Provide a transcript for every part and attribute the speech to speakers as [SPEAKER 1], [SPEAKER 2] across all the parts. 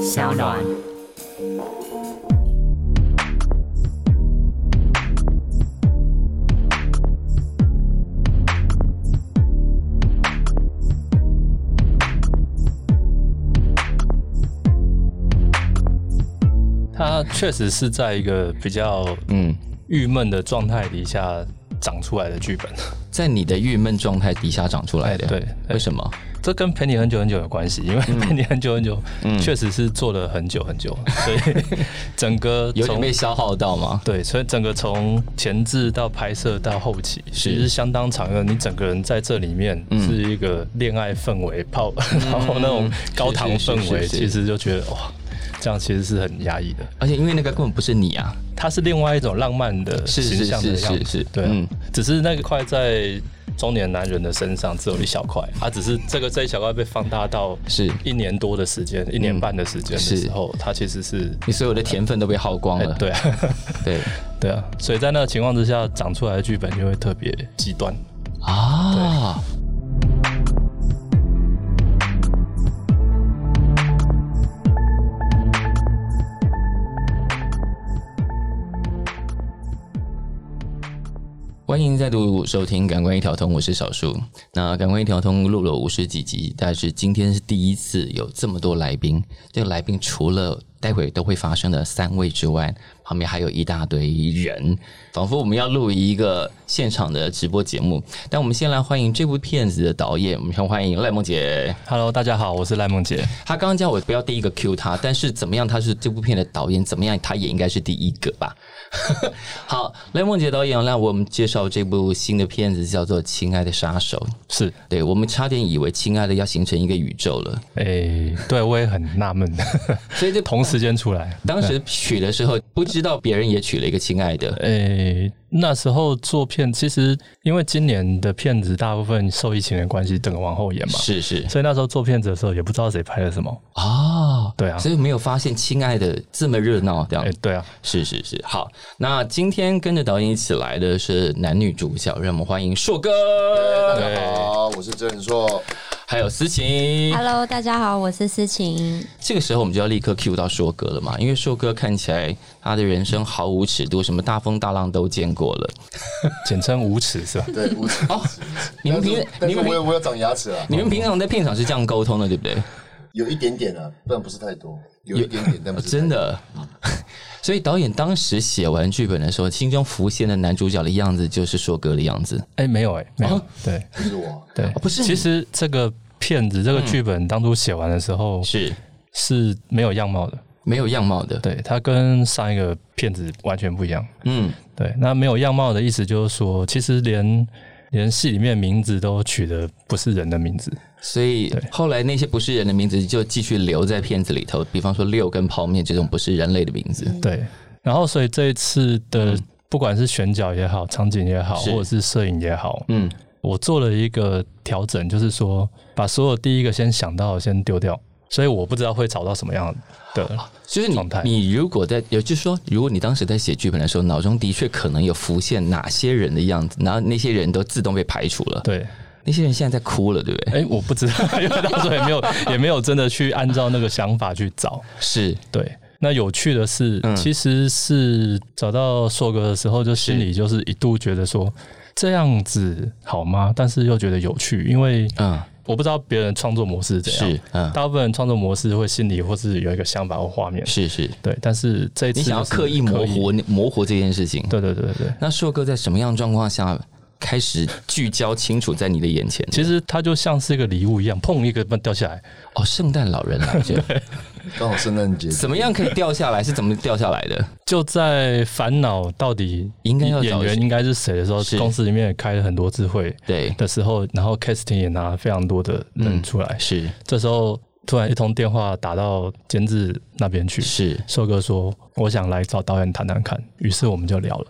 [SPEAKER 1] 小暖。
[SPEAKER 2] 它确实是在一个比较
[SPEAKER 3] 嗯，
[SPEAKER 2] 郁闷的状态底下长出来的剧本，
[SPEAKER 3] 在你的郁闷状态底下长出来的，
[SPEAKER 2] 哎对对
[SPEAKER 3] 为什么？
[SPEAKER 2] 这跟陪你很久很久有关系，因为
[SPEAKER 3] 嗯
[SPEAKER 2] 陪你很久很久，确实是做了很久很久，所 以整个
[SPEAKER 3] 有点
[SPEAKER 2] 从
[SPEAKER 3] 被消耗到吗？
[SPEAKER 2] 对，所以整个从前置到拍摄到后期，
[SPEAKER 3] 是嗯
[SPEAKER 2] 其实相当长的。你整个人在这里面是一个恋爱氛围泡， 然后那种高糖
[SPEAKER 3] 是是
[SPEAKER 2] 氛围，
[SPEAKER 3] 是是
[SPEAKER 2] 其实就觉得哇，这样其实是很压抑的。
[SPEAKER 3] 而且因为那个根本不是你啊，
[SPEAKER 2] 它是另外一种浪漫的
[SPEAKER 3] 是是
[SPEAKER 2] 形象的
[SPEAKER 3] 是
[SPEAKER 2] 样子，
[SPEAKER 3] 是是
[SPEAKER 2] 对啊、
[SPEAKER 3] 嗯
[SPEAKER 2] 只是那个块在中年男人的身上只有一小块，它只是这个这一小块被放大到
[SPEAKER 3] 是嗯
[SPEAKER 2] 一年多的时间，一年半的时间的
[SPEAKER 3] 是嗯
[SPEAKER 2] 时候，它其实是
[SPEAKER 3] 你所有的甜分都被耗光
[SPEAKER 2] 哎、
[SPEAKER 3] 了。
[SPEAKER 2] 对啊，
[SPEAKER 3] 对
[SPEAKER 2] 对啊，所以在那个情况之下，长出来的剧本就会特别极端。
[SPEAKER 3] 啊，欢迎再度收听《感官一条通》，我是小树。那《感官一条通》录了五十几集，但是今天是第一次有这么多来宾。这个来宾除了待会都会发生的三位之外，旁边还有一大堆人，仿佛我们要录一个现场的直播节目。但我们先来欢迎这部片子的导演，我们先欢迎赖梦姐。
[SPEAKER 2] Hello，大家好，我是赖梦杰。
[SPEAKER 3] 她刚刚叫我不要第一个 Q 她，但是怎么样，她是这部片的导演，怎么样，她也应该是第一个吧。 好，赖梦杰导演来我们介绍这部新的片子，叫做《亲爱的杀手》。
[SPEAKER 2] 是，
[SPEAKER 3] 对我们差点以为《亲爱的》要形成一个宇宙了，
[SPEAKER 2] 哎、对我也很纳闷，
[SPEAKER 3] 所以 就
[SPEAKER 2] 同时间出来，
[SPEAKER 3] 当时取的时候，不知道别人也取了一个“亲 爱的
[SPEAKER 2] 诶、那时候做片，其实因为今年的片子大部分受疫情的关系，整个往后延”，嘛，
[SPEAKER 3] 是是
[SPEAKER 2] 所以那时候做片子的时候也不知道谁拍了什么。
[SPEAKER 3] 哦，
[SPEAKER 2] 对啊
[SPEAKER 3] 所以没有发现“亲爱的”这么热闹，这样
[SPEAKER 2] 哎、对啊，
[SPEAKER 3] 是是是，好，那今天跟着导演一起来的是男女主角，让我们欢迎硕哥，
[SPEAKER 4] 大
[SPEAKER 3] 哎
[SPEAKER 4] 家好，我是郑硕。
[SPEAKER 3] 还有思晴。
[SPEAKER 1] Hello，大家好，我是思晴。
[SPEAKER 3] 这个时候我们就要立刻 cue 到硕哥了嘛，因为硕哥看起来他的人生毫无尺度，什么大风大浪都见过了。
[SPEAKER 2] 简称无耻是吧？
[SPEAKER 4] 对， 我
[SPEAKER 3] 哦，你们
[SPEAKER 4] 但
[SPEAKER 3] 平
[SPEAKER 4] 是但
[SPEAKER 3] 你
[SPEAKER 4] 是
[SPEAKER 3] 们
[SPEAKER 4] 我有
[SPEAKER 3] 平
[SPEAKER 4] 我有长牙齿啊，
[SPEAKER 3] 你们平常在片场是这样沟通的，对不对？
[SPEAKER 4] 有一点点啊，但不是太多，有一点点，但不是太多
[SPEAKER 3] 真。的。所以导演当时写完剧本的时候，心中浮现的男主角的样子就是硕哥的样子。
[SPEAKER 2] 哎、没有哎、没有，
[SPEAKER 3] 哦
[SPEAKER 2] 对
[SPEAKER 4] 不是我，
[SPEAKER 2] 对、
[SPEAKER 3] 不是你嗯
[SPEAKER 2] 其实这个片子这个剧本当初写完的时候
[SPEAKER 3] 是
[SPEAKER 2] 是没有样貌的，
[SPEAKER 3] 没有样貌的，
[SPEAKER 2] 对，它跟上一个片子完全不一样。
[SPEAKER 3] 嗯，
[SPEAKER 2] 对，那没有样貌的意思就是说，其实连连戏里面名字都取的不是人的名字，
[SPEAKER 3] 所以后来那些不是人的名字就继续留在片子里头，比方说六跟泡面这种不是人类的名字，
[SPEAKER 2] 对。然后，所以这一次的、不管是选角也好，场景也好，
[SPEAKER 3] 嗯是
[SPEAKER 2] 或者是摄影也好，
[SPEAKER 3] 嗯，
[SPEAKER 2] 我做了一个调整，就是说把所有第一个先想到的先丢掉，所以我不知道会找到什么样的。
[SPEAKER 3] 就是你
[SPEAKER 2] 状态
[SPEAKER 3] 你如果在，也就是说，如果你当时在写剧本的时候，脑中的确可能有浮现哪些人的样子，然后那些人都自动被排除了，
[SPEAKER 2] 对，
[SPEAKER 3] 那些人现在在哭了，对不对？
[SPEAKER 2] 哎、我不知道，因为到时候也没 有也没有真的去按照那个想法去找。
[SPEAKER 3] 是
[SPEAKER 2] 对，那有趣的是，
[SPEAKER 3] 嗯
[SPEAKER 2] 其实是找到硕哥的时候，就心里就是一度觉得说这样子好吗？但是又觉得有趣，因为
[SPEAKER 3] 嗯
[SPEAKER 2] 我不知道别人创作模式是怎样，
[SPEAKER 3] 是嗯
[SPEAKER 2] 大部分人创作模式会心里或是有一个想法或画面，
[SPEAKER 3] 是是，
[SPEAKER 2] 对，但是这一次
[SPEAKER 3] 你想要
[SPEAKER 2] 就是
[SPEAKER 3] 刻意模糊模糊这件事情，
[SPEAKER 2] 对对对对对。
[SPEAKER 3] 那硕哥在什么样的状况下开始聚焦清楚在你的眼前？
[SPEAKER 2] 其实它就像是一个礼物一样，砰一个掉下来，
[SPEAKER 3] 哦，圣诞老 人来着，
[SPEAKER 4] 刚好圣诞节，
[SPEAKER 3] 怎么样可以掉下来？是怎么掉下来的？
[SPEAKER 2] 就在烦恼到底
[SPEAKER 3] 应该要找
[SPEAKER 2] 演员应该是谁的时候
[SPEAKER 3] 是，
[SPEAKER 2] 公司里面也开了很多智慧
[SPEAKER 3] 对，
[SPEAKER 2] 的时候，然后 casting 也拿非常多的人出来，
[SPEAKER 3] 嗯是
[SPEAKER 2] 这时候突然一通电话打到监制那边去，
[SPEAKER 3] 是
[SPEAKER 2] 硕哥说我想来找导演谈谈看，于是我们就聊了。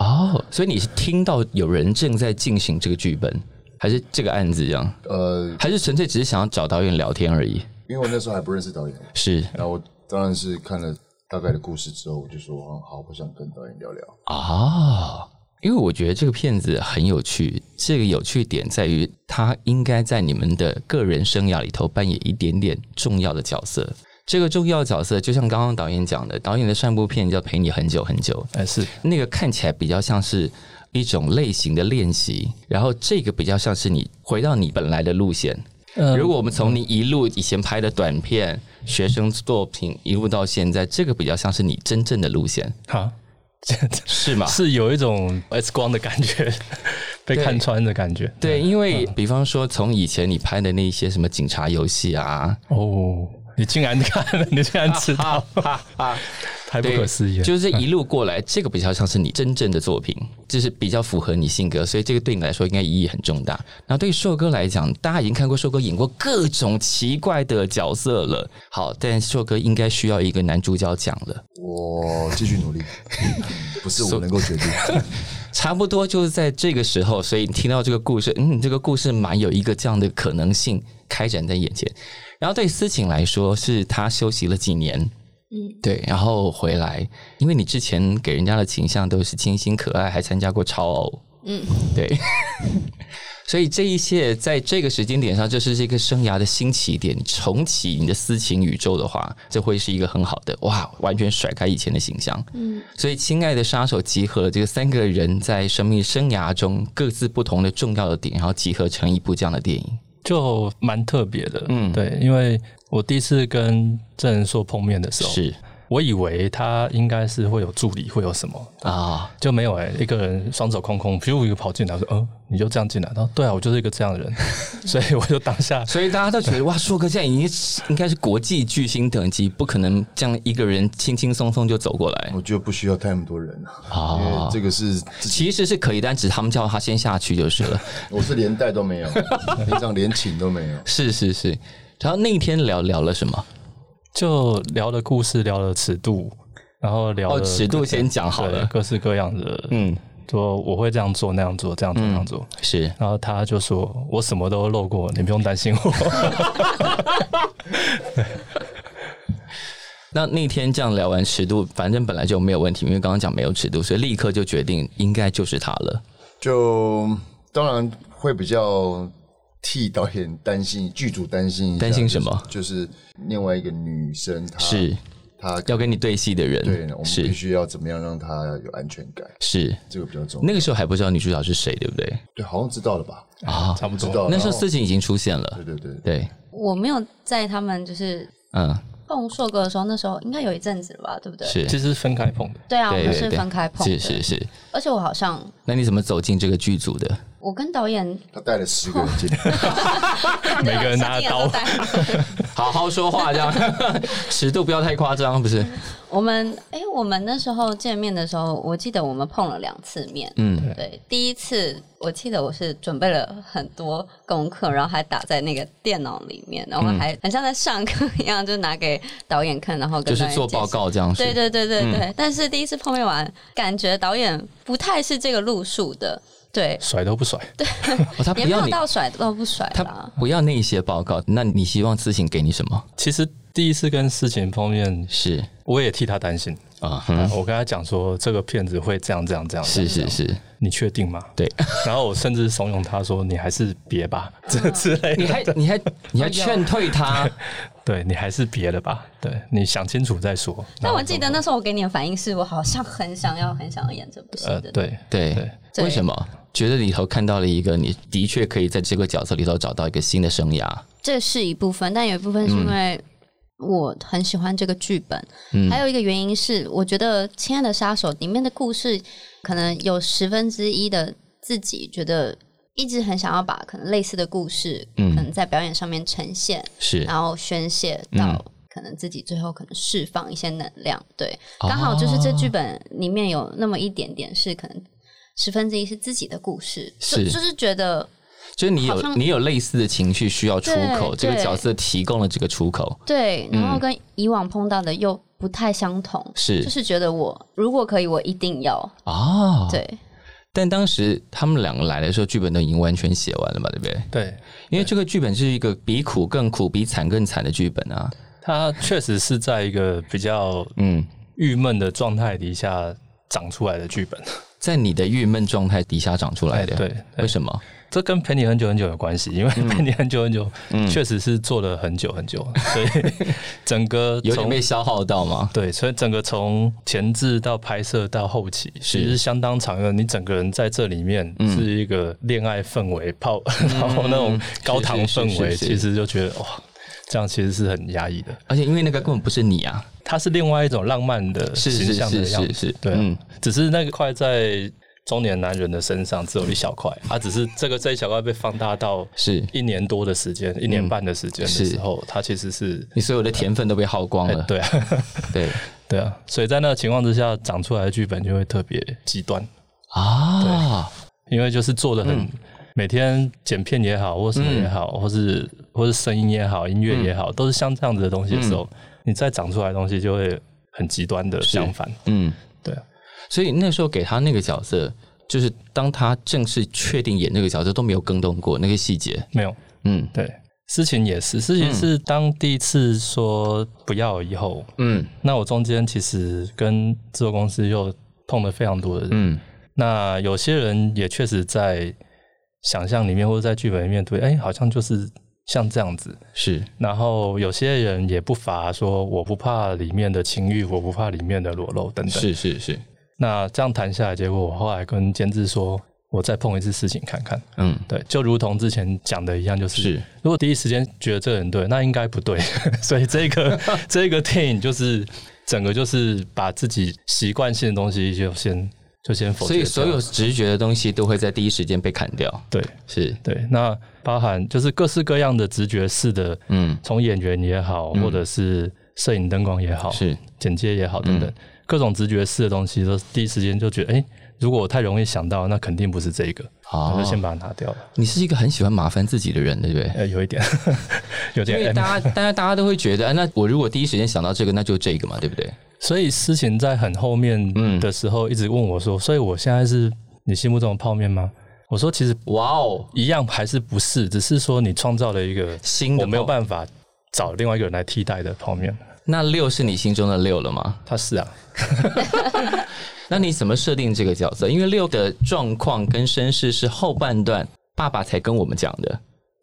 [SPEAKER 3] 哦，所以你是听到有人正在进行这个剧本，还是这个案子这样，
[SPEAKER 4] 呃，
[SPEAKER 3] 还是纯粹只是想要找导演聊天而已？
[SPEAKER 4] 因为我那时候还不认识导演，
[SPEAKER 3] 是
[SPEAKER 4] 然后我当然是看了大概的故事之后，我就说，嗯好，我想跟导演聊聊。
[SPEAKER 3] 啊、因为我觉得这个片子很有趣，这个有趣点在于它应该在你们的个人生涯里头扮演一点点重要的角色。这个重要角色，就像刚刚导演讲的，导演的上部片叫《陪你很久很久》，
[SPEAKER 2] 哎是
[SPEAKER 3] 那个看起来比较像是一种类型的练习，然后这个比较像是你回到你本来的路线。
[SPEAKER 2] 呃
[SPEAKER 3] 如果我们从你一路以前拍的短片、学生作品一路到现在，这个比较像是你真正的路线，
[SPEAKER 2] 好。
[SPEAKER 3] 是吗？
[SPEAKER 2] 是有一种 X 光的感觉，被看穿的感觉。
[SPEAKER 3] 对，因为比方说，从以前你拍的那些什么警察游戏啊，
[SPEAKER 2] 哦，你竟然看了，你竟然知道，太不
[SPEAKER 3] 对
[SPEAKER 2] 可思议了。
[SPEAKER 3] 就是一路过来，这个比较像是你真正的作品，就是比较符合你性格，所以这个对你来说应该意义很重大。那对于硕哥来讲，大家已经看过硕哥演过各种奇怪的角色了，好，但硕哥应该需要一个男主角奖了。
[SPEAKER 4] 我继续努力， 不是我能够决定。
[SPEAKER 3] 差不多就是在这个时候，所以你听到这个故事，嗯，这个故事蛮有一个这样的可能性开展在眼前。然后对思晴来说，是她休息了几年，嗯，对，然后回来，因为你之前给人家的形象都是清新可爱，还参加过超偶，嗯，对， 所以这一切在这个时间点上，就是这个生涯的新起点，重启你的私情宇宙的话，这会是一个很好的哇，完全甩开以前的形象。嗯，所以《亲爱的杀手》集合了这个三个人在生命生涯中各自不同的重要的点，然后集合成一部这样的电影。
[SPEAKER 2] 就蛮特别的，
[SPEAKER 3] 嗯
[SPEAKER 2] 嗯，对，因为我第一次跟郑仁硕碰面的时候，
[SPEAKER 3] 是
[SPEAKER 2] 我以为他应该是会有助理，会有什么，
[SPEAKER 3] 啊，
[SPEAKER 2] 就没有哎、一个人双手空空，噗一个跑进来，我说，嗯，你就这样进来，他说，对啊，我就是一个这样的 人，所以我就当下
[SPEAKER 3] 所以大家都觉得哇，硕哥现在已经是应该是国际巨星等级，不可能这样一个人轻轻松松就走过来
[SPEAKER 4] 我觉得不需要太那么多人啊，因为
[SPEAKER 3] 啊。
[SPEAKER 4] 这个是自己，
[SPEAKER 3] 其实是可以，但只是他们叫他先下去就 是了。
[SPEAKER 4] 我是连带都没有，平常连请都没有。
[SPEAKER 3] 是是是。然后那天聊聊了什么？
[SPEAKER 2] 就聊了故事，聊了尺度，然后聊了
[SPEAKER 3] 哦，
[SPEAKER 2] 各、
[SPEAKER 3] 尺度先讲好
[SPEAKER 2] 对
[SPEAKER 3] 了。
[SPEAKER 2] 各式各样的，
[SPEAKER 3] 嗯，
[SPEAKER 2] 说我会这样做，那样做，这样做，那样做。
[SPEAKER 3] 是
[SPEAKER 2] 然后他就说：“我什么都漏过，你不用担心我。
[SPEAKER 3] 那那天这样聊完尺度，反正本来就没有问题，因为刚刚讲没有尺度，所以立刻就决定应该就是他了。
[SPEAKER 4] 就当然会比较替导演担心，剧组担心一下
[SPEAKER 3] 担心什么
[SPEAKER 4] 就是？就是另外一个女生，
[SPEAKER 2] 啊
[SPEAKER 4] 她
[SPEAKER 3] 是
[SPEAKER 4] 她
[SPEAKER 3] 要跟你对戏的人，
[SPEAKER 4] 对，我们必
[SPEAKER 3] 是
[SPEAKER 4] 须要怎么样让她有安全感，
[SPEAKER 3] 是。
[SPEAKER 4] 这个比较重要。
[SPEAKER 3] 那个时候还不知道女主角是谁，对不对？
[SPEAKER 4] 对，好像知道了吧？
[SPEAKER 3] 啊，
[SPEAKER 2] 差不
[SPEAKER 4] 知
[SPEAKER 2] 多。
[SPEAKER 4] 道了。
[SPEAKER 3] 那时候
[SPEAKER 4] 然后
[SPEAKER 3] 事情已经出现了
[SPEAKER 4] 对，对对，
[SPEAKER 3] 对，
[SPEAKER 1] 我没有在他们就是
[SPEAKER 3] 嗯，
[SPEAKER 1] 碰硕哥的时候，那时候应该有一阵子了吧，对不对？
[SPEAKER 3] 是，
[SPEAKER 2] 其实是分开碰的，
[SPEAKER 1] 对啊，我
[SPEAKER 3] 对
[SPEAKER 1] 们
[SPEAKER 3] 对
[SPEAKER 1] 是
[SPEAKER 3] 对
[SPEAKER 1] 分开碰
[SPEAKER 3] 是
[SPEAKER 1] 的。
[SPEAKER 3] 是是。
[SPEAKER 1] 而且我好像
[SPEAKER 3] 那你怎么走进这个剧组 的？
[SPEAKER 1] 我跟 导演，
[SPEAKER 4] 他带了十个人进来，
[SPEAKER 2] 每个人拿着刀
[SPEAKER 1] 对啊
[SPEAKER 3] 好好说话，这样 尺度不要太夸张，不是？
[SPEAKER 1] 我们哎、我们那时候见面的时候，我记得我们碰了两次面。
[SPEAKER 3] 嗯，
[SPEAKER 1] 对，第一次我记得我是准备了很多功课，然后还打在那个电脑里面，然后还很像在上课一样，就拿给导演看，然后
[SPEAKER 3] 嗯就
[SPEAKER 1] 跟
[SPEAKER 3] 是嗯
[SPEAKER 1] 导演
[SPEAKER 3] 做
[SPEAKER 1] 解释
[SPEAKER 3] 报。告这样
[SPEAKER 1] 对
[SPEAKER 3] 子。
[SPEAKER 1] 对对对对，但是第一次碰面完，感觉导演不太是这个路数的，对，
[SPEAKER 2] 甩都不甩。
[SPEAKER 3] 哦，他不
[SPEAKER 1] 也没
[SPEAKER 3] 要
[SPEAKER 1] 有
[SPEAKER 3] 你，
[SPEAKER 1] 到甩都不甩
[SPEAKER 3] 他
[SPEAKER 1] 啦。
[SPEAKER 3] 不要那些报告。那你希望自行给你什么？
[SPEAKER 2] 其实第一次跟事情碰面，
[SPEAKER 3] 是
[SPEAKER 2] 我也替他担心。
[SPEAKER 3] 啊，哼
[SPEAKER 2] 我跟他讲说，这个骗子会这样这样这样。
[SPEAKER 3] 是
[SPEAKER 2] 这样
[SPEAKER 3] 是，是。
[SPEAKER 2] 你确定吗？
[SPEAKER 3] 对。
[SPEAKER 2] 然后我甚至怂恿他说：“你还是别吧，这之类
[SPEAKER 3] 你
[SPEAKER 2] 的。
[SPEAKER 3] 还你还你还劝退他，
[SPEAKER 2] 对你还是别了吧。对你想清楚再说。”
[SPEAKER 1] 但我记得那时候我给你的反应是我好像很想要很想要演这部戏
[SPEAKER 2] 呃，
[SPEAKER 1] 的，
[SPEAKER 2] 对
[SPEAKER 3] 对，
[SPEAKER 1] 对
[SPEAKER 3] 为什么？觉得里头看到了一个，你的确可以在这个角色里头找到一个新的生涯。
[SPEAKER 1] 这是一部分，但有一部分是因为
[SPEAKER 3] 嗯
[SPEAKER 1] 我很喜欢这个剧本，还有一个原因是我觉得《亲爱的杀手》里面的故事，可能有十分之一的自己觉得一直很想要把可能类似的故事，
[SPEAKER 3] 嗯
[SPEAKER 1] 可能在表演上面呈现，
[SPEAKER 3] 是
[SPEAKER 1] 然后宣泄到
[SPEAKER 3] 嗯
[SPEAKER 1] 可能自己最后可能释放一些能量。对，
[SPEAKER 3] 哦
[SPEAKER 1] 刚好就是这剧本里面有那么一点点是可能十分之一是自己的故事，就是就是觉得
[SPEAKER 3] 就是你
[SPEAKER 1] 好
[SPEAKER 3] 有
[SPEAKER 1] 像
[SPEAKER 3] 你有类似的情绪需要出口，
[SPEAKER 1] 对
[SPEAKER 3] 这个
[SPEAKER 1] 对
[SPEAKER 3] 角色提供了这个出口。
[SPEAKER 1] 对，然后跟以往碰到的又不太相同，
[SPEAKER 3] 嗯是
[SPEAKER 1] 就是觉得我如果可以，我一定要
[SPEAKER 3] 哦，
[SPEAKER 1] 对。
[SPEAKER 3] 但当时他们两个来的时候，剧本都已经完全写完了吧，对不对？
[SPEAKER 2] 对，
[SPEAKER 3] 因为这个剧本是一个比苦更苦、比惨更惨的剧本啊。
[SPEAKER 2] 他确实是在一个比较
[SPEAKER 3] 嗯，
[SPEAKER 2] 郁闷的状态底下长出来的剧本。
[SPEAKER 3] 在你的郁闷状态底下长出来的，
[SPEAKER 2] 哎对对
[SPEAKER 3] 为什么？
[SPEAKER 2] 这跟陪你很久很久有关系，因为
[SPEAKER 3] 嗯
[SPEAKER 2] 陪你很久很久，确实是做了很久很 久，所以整个
[SPEAKER 3] 有点
[SPEAKER 2] 从
[SPEAKER 3] 被消耗到吗？
[SPEAKER 2] 对，所以整个从前置到拍摄到后期，其实相当长的。你整个人在这里面是一个恋爱氛围 泡，然后那种高糖
[SPEAKER 3] 嗯是是
[SPEAKER 2] 氛围，
[SPEAKER 3] 是是
[SPEAKER 2] 其实就觉得哇，这样其实是很压抑的。
[SPEAKER 3] 而且因为那个根本不是你啊，
[SPEAKER 2] 它是另外一种浪漫的
[SPEAKER 3] 是
[SPEAKER 2] 形
[SPEAKER 3] 是
[SPEAKER 2] 象的
[SPEAKER 3] 是
[SPEAKER 2] 样子，
[SPEAKER 3] 是是，嗯
[SPEAKER 2] 对啊、只是那个块在中年男人的身上只有一小块，啊，只是这个这一小块被放大到
[SPEAKER 3] 是
[SPEAKER 2] 一年多的时
[SPEAKER 3] 嗯
[SPEAKER 2] 间、一年半的时间的
[SPEAKER 3] 是
[SPEAKER 2] 时候，它其实是，
[SPEAKER 3] 你所有的甜分都被耗光
[SPEAKER 2] 哎、
[SPEAKER 3] 了，
[SPEAKER 2] 对啊，
[SPEAKER 3] 对
[SPEAKER 2] 对啊，所以在那个情况之下，长出来的剧本就会特别极端，
[SPEAKER 3] 啊，
[SPEAKER 2] 因为就是做的很、
[SPEAKER 3] 嗯
[SPEAKER 2] 每天剪片也好，或什么也好，或是或是声音也好，音乐也
[SPEAKER 3] 嗯
[SPEAKER 2] 好，都是像这样子的东西的时候，你再长出来的东西就会很极端的相反，
[SPEAKER 3] 嗯，
[SPEAKER 2] 对啊。
[SPEAKER 3] 所以那时候给他那个角色，就是当他正式确定演那个角色都没有更动过那个细节，
[SPEAKER 2] 没有，
[SPEAKER 3] 嗯
[SPEAKER 2] 对，事情也是，事情是当第一次说不要以后，
[SPEAKER 3] 嗯
[SPEAKER 2] 那我中间其实跟制作公司又碰了非常多的人，
[SPEAKER 3] 嗯
[SPEAKER 2] 那有些人也确实在想象里面或者在剧本里面对，哎、好像就是像这样子。
[SPEAKER 3] 是
[SPEAKER 2] 然后有些人也不乏说，我不怕里面的情欲，我不怕里面的裸露等等。
[SPEAKER 3] 是是是，
[SPEAKER 2] 那这样谈下来，结果我后来跟监制说，我再碰一次事情看看。
[SPEAKER 3] 嗯
[SPEAKER 2] 对，就如同之前讲的一样，就是
[SPEAKER 3] 是
[SPEAKER 2] 如果第一时间觉得这个人对，那应该不对， 所以这 个这个电影就是整个就是把自己习惯性的东西就先就先否决掉，
[SPEAKER 3] 所以所有直觉的东西都会在第一时间被砍掉，
[SPEAKER 2] 对
[SPEAKER 3] 是
[SPEAKER 2] 对，那包含就是各式各样的直觉式的，
[SPEAKER 3] 嗯
[SPEAKER 2] 从演员也好，或者是摄影灯光也好，
[SPEAKER 3] 是嗯
[SPEAKER 2] 剪接也好等等，各种直觉式的东西都第一时间就觉得，哎、如果我太容易想到，那肯定不是这个，我就
[SPEAKER 3] 哦，
[SPEAKER 2] 先把它拿掉了。
[SPEAKER 3] 你是一个很喜欢麻烦自己的人，对不对？
[SPEAKER 2] 呃，有一点， 有
[SPEAKER 3] 因
[SPEAKER 2] 点
[SPEAKER 3] 为
[SPEAKER 2] M
[SPEAKER 3] 大家，大家，大家都会觉得，啊，那我如果第一时间想到这个，那就这个嘛，对不对？
[SPEAKER 2] 所以思琴在很后面
[SPEAKER 3] 嗯
[SPEAKER 2] 的时候一直问我说：“所以我现在是你心目中的泡面吗？”我说：“其实
[SPEAKER 3] 哇哦，
[SPEAKER 2] 一样还是不是，只是说你创造了一个
[SPEAKER 3] 新的
[SPEAKER 2] 我没有
[SPEAKER 3] 泡
[SPEAKER 2] 办法找另外一个人来替代的泡面。
[SPEAKER 3] 那六是你心中的六了吗？”
[SPEAKER 2] 他是啊，
[SPEAKER 3] 那你怎么设定这个角色？因为六的状况跟身世是后半段爸爸才跟我们讲的，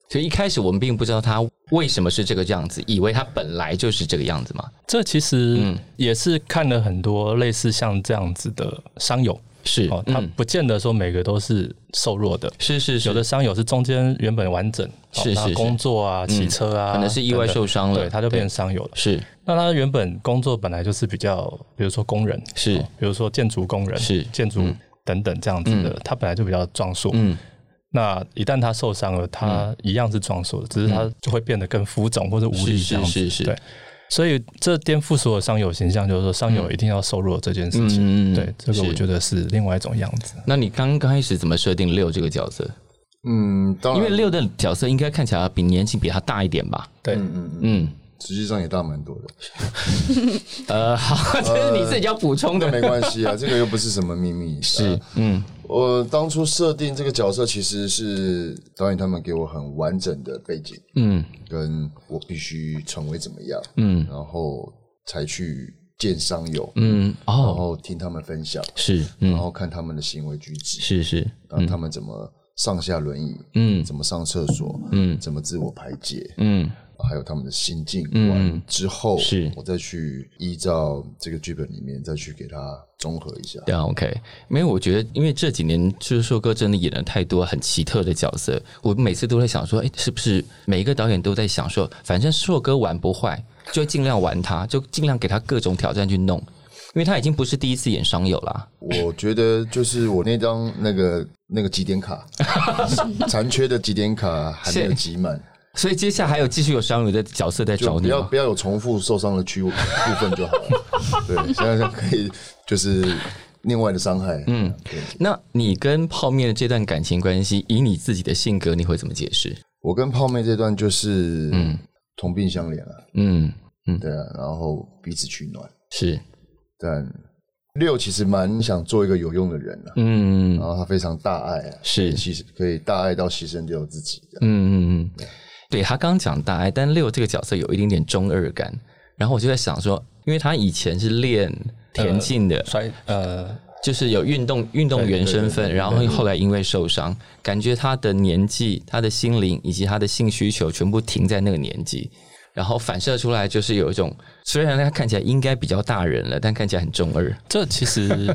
[SPEAKER 3] 所以一开始我们并不知道他为什么是这个样子，以为他本来就是这个样子嘛。
[SPEAKER 2] 这其实
[SPEAKER 3] 嗯
[SPEAKER 2] 也是看了很多类似像这样子的商友
[SPEAKER 3] 是
[SPEAKER 2] 哦，他
[SPEAKER 3] 嗯
[SPEAKER 2] 不见得说每个都是瘦弱的。
[SPEAKER 3] 是是是
[SPEAKER 2] 有的商友是中间原本完整，哦
[SPEAKER 3] 是
[SPEAKER 2] 那
[SPEAKER 3] 是是
[SPEAKER 2] 工作啊、骑车啊，
[SPEAKER 3] 可能是意外
[SPEAKER 2] 等等
[SPEAKER 3] 受伤了
[SPEAKER 2] 对，他就
[SPEAKER 3] 对
[SPEAKER 2] 变成商友了。
[SPEAKER 3] 是
[SPEAKER 2] 那他原本工作本来就是比较，比如说工人，
[SPEAKER 3] 是
[SPEAKER 2] 哦比如说建筑工人，
[SPEAKER 3] 是
[SPEAKER 2] 建筑等等这样子的，他本来就比较壮硕。
[SPEAKER 3] 嗯
[SPEAKER 2] 那一旦他受伤了，他一样是壮硕的，只是他就会变得更浮肿或者无
[SPEAKER 3] 嗯是
[SPEAKER 2] 力
[SPEAKER 3] 是
[SPEAKER 2] 这样子。
[SPEAKER 3] 是是
[SPEAKER 2] 对，所以这颠覆所有商友形象，就是说商友一定要瘦弱这件事情。
[SPEAKER 3] 嗯
[SPEAKER 2] 对，这个我觉
[SPEAKER 3] 得。
[SPEAKER 2] 得是另外一种样子。
[SPEAKER 3] 那你刚刚开始怎么设定六这个角色？
[SPEAKER 4] 嗯，当
[SPEAKER 3] 因
[SPEAKER 4] 然，
[SPEAKER 3] 为六的角色应该看起来比年纪比他大一点吧？
[SPEAKER 2] 对，
[SPEAKER 3] 嗯，
[SPEAKER 4] 实际上也大蛮多的，
[SPEAKER 3] 呃， 好，这是你自己要补充的
[SPEAKER 4] 那。没关系啊，这个又不是什么秘密。啊
[SPEAKER 3] 是，嗯，
[SPEAKER 4] 我当初设定这个角色，其实是导演他们给我很完整的背景，
[SPEAKER 3] 嗯，
[SPEAKER 4] 跟我必须成为怎么样，嗯，然后才去见商友，
[SPEAKER 3] 嗯，
[SPEAKER 4] 然
[SPEAKER 3] 哦，
[SPEAKER 4] 后听他们分享，
[SPEAKER 3] 是，
[SPEAKER 4] 然
[SPEAKER 3] 嗯，
[SPEAKER 4] 后看他们的行为举止，
[SPEAKER 3] 是是，
[SPEAKER 4] 然呃后他们怎么上下轮椅，
[SPEAKER 3] 嗯
[SPEAKER 4] 怎么上厕所，
[SPEAKER 3] 嗯
[SPEAKER 4] 怎么自我排解，
[SPEAKER 3] 嗯，
[SPEAKER 4] 还有他们的心境
[SPEAKER 3] 嗯
[SPEAKER 4] 完之后，
[SPEAKER 3] 是
[SPEAKER 4] 我再去依照这个剧本里面再去给它综合一下。
[SPEAKER 3] 对啊，OK，没有，我觉得因为这几年就是硕哥真的演了太多很奇特的角色，我每次都在想说，哎，是不是每一个导演都在想说，反正硕哥玩不坏，就尽量玩他，就尽量给他各种挑战去弄，因为他已经不是第一次演商友啦，
[SPEAKER 4] 我觉得就是我那张那个那个几点卡，残缺的几点卡还没有
[SPEAKER 3] 是
[SPEAKER 4] 集满，
[SPEAKER 3] 所以接下来还有继续有商友的角色在
[SPEAKER 4] 就
[SPEAKER 3] 找
[SPEAKER 4] 不
[SPEAKER 3] 你
[SPEAKER 4] 要
[SPEAKER 3] 吗。
[SPEAKER 4] 不要有重复受伤的区部分就好了。 对，想想可以就是另外的伤害。嗯，对。
[SPEAKER 3] 那你跟泡面的这段感情关系，以你自己的性格，你会怎么解释？
[SPEAKER 4] 我跟泡妹这段就是嗯同病相怜啊，
[SPEAKER 3] 嗯，
[SPEAKER 4] 对啊，然后彼此取暖。
[SPEAKER 3] 是，
[SPEAKER 4] 但六其实蛮想做一个有用的人啊，
[SPEAKER 3] 嗯，
[SPEAKER 4] 然后他非常大爱啊，
[SPEAKER 3] 是
[SPEAKER 4] 其实可以大爱到牺牲掉自己的。
[SPEAKER 3] 嗯嗯嗯，对他刚讲大爱，但六这个角色有一点点中二感，然后我就在想说，因为他以前是练田径的，
[SPEAKER 2] 摔呃
[SPEAKER 3] 就是有运动运动员身份，然后后来因为受伤，感觉他的年纪、他的心灵以及他的性需求全部停在那个年纪，然后反射出来就是有一种，虽然他看起来应该比较大人了，但看起来很中二。
[SPEAKER 2] 这其实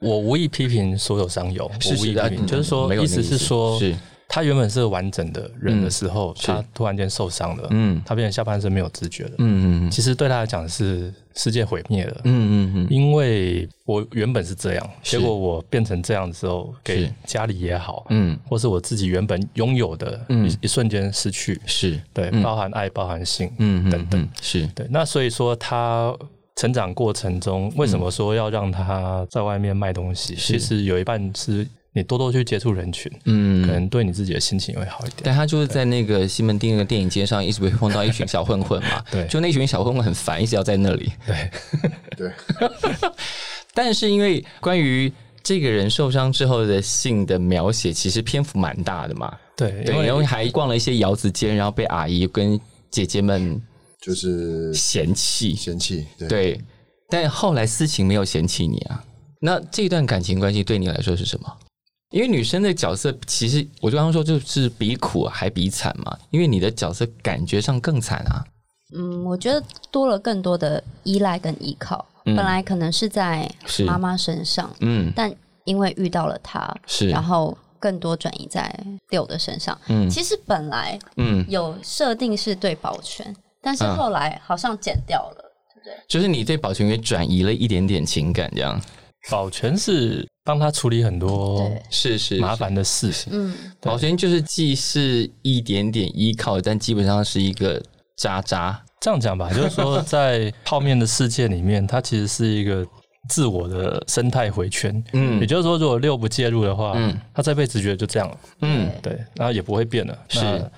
[SPEAKER 2] 我无意批评所有商友，
[SPEAKER 3] 是
[SPEAKER 2] 我无意
[SPEAKER 3] 是啊
[SPEAKER 2] 批评，就是
[SPEAKER 3] 嗯
[SPEAKER 2] 说
[SPEAKER 3] 没有那
[SPEAKER 2] 意
[SPEAKER 3] 个
[SPEAKER 2] 思
[SPEAKER 3] 意
[SPEAKER 2] 是
[SPEAKER 3] 思
[SPEAKER 2] 说
[SPEAKER 3] 是，
[SPEAKER 2] 他原本是个完整的人的时候，
[SPEAKER 3] 嗯是
[SPEAKER 2] 他突然间受伤了，
[SPEAKER 3] 嗯
[SPEAKER 2] 他变成下半身没有知觉了，
[SPEAKER 3] 嗯嗯
[SPEAKER 2] 其实对他来讲是世界毁灭了，
[SPEAKER 3] 嗯嗯嗯，
[SPEAKER 2] 因为我原本是这样，
[SPEAKER 3] 是
[SPEAKER 2] 结果我变成这样之后，给
[SPEAKER 3] 是
[SPEAKER 2] 家里也好，
[SPEAKER 3] 嗯
[SPEAKER 2] 或是我自己原本拥有的，
[SPEAKER 3] 嗯
[SPEAKER 2] 一一瞬间失去，
[SPEAKER 3] 是，
[SPEAKER 2] 对，包含爱，包含性，
[SPEAKER 3] 嗯嗯
[SPEAKER 2] 等等
[SPEAKER 3] 嗯，是，
[SPEAKER 2] 对。那所以说，他成长过程中，为什么说要让他在外面卖东西？其实有一半是你多多去接触人群，可
[SPEAKER 3] 嗯。
[SPEAKER 2] 能对你自己的心情会好一点。
[SPEAKER 3] 但他就是在那个西门町那个电影街上，一直被碰到一群小混混嘛。
[SPEAKER 2] 对
[SPEAKER 3] 就那群小混混很烦，一直要在那里。
[SPEAKER 4] 对，
[SPEAKER 3] 但是因为关于这个人受伤之后的性的描写，其实篇幅蛮大的嘛。
[SPEAKER 2] 对，因
[SPEAKER 3] 对，然后
[SPEAKER 2] 为
[SPEAKER 3] 还逛了一些窑子间，然后被阿姨跟姐姐们
[SPEAKER 4] 就是
[SPEAKER 3] 嫌弃。
[SPEAKER 4] 嫌弃，对，
[SPEAKER 3] 对，但后来思晴没有嫌弃你啊。那这段感情关系对你来说是什么？因为女生的角色，其实我就刚刚说，就是比苦还比惨嘛。因为你的角色感觉上更惨啊。
[SPEAKER 1] 嗯，我觉得多了更多的依赖跟依靠，
[SPEAKER 3] 嗯
[SPEAKER 1] 本来可能是在
[SPEAKER 3] 是
[SPEAKER 1] 妈妈身上，
[SPEAKER 3] 嗯，
[SPEAKER 1] 但因为遇到了他，
[SPEAKER 3] 是
[SPEAKER 1] 然后更多转移在六的身上。
[SPEAKER 3] 嗯
[SPEAKER 1] 其实本来
[SPEAKER 3] 嗯，
[SPEAKER 1] 有设定是对保全，但是
[SPEAKER 3] 啊
[SPEAKER 1] 后来好像剪掉了。
[SPEAKER 3] 就是你对保全也转移了一点点情感，这样
[SPEAKER 2] 保全是帮他处理很多
[SPEAKER 1] 对
[SPEAKER 3] 是是
[SPEAKER 2] 麻烦的事情。
[SPEAKER 1] 嗯，
[SPEAKER 3] 保全就是既是一点点依靠，但基本上是一个渣渣。
[SPEAKER 2] 这样讲吧，就是说，在泡面的世界里面，它其实是一个自我的生态回圈。
[SPEAKER 3] 嗯
[SPEAKER 2] 也就是说，如果六不介入的话，
[SPEAKER 3] 嗯
[SPEAKER 2] 他这辈子觉得就这样了，
[SPEAKER 3] 嗯，
[SPEAKER 2] 对，然后也不会变了。
[SPEAKER 3] 是
[SPEAKER 2] 那，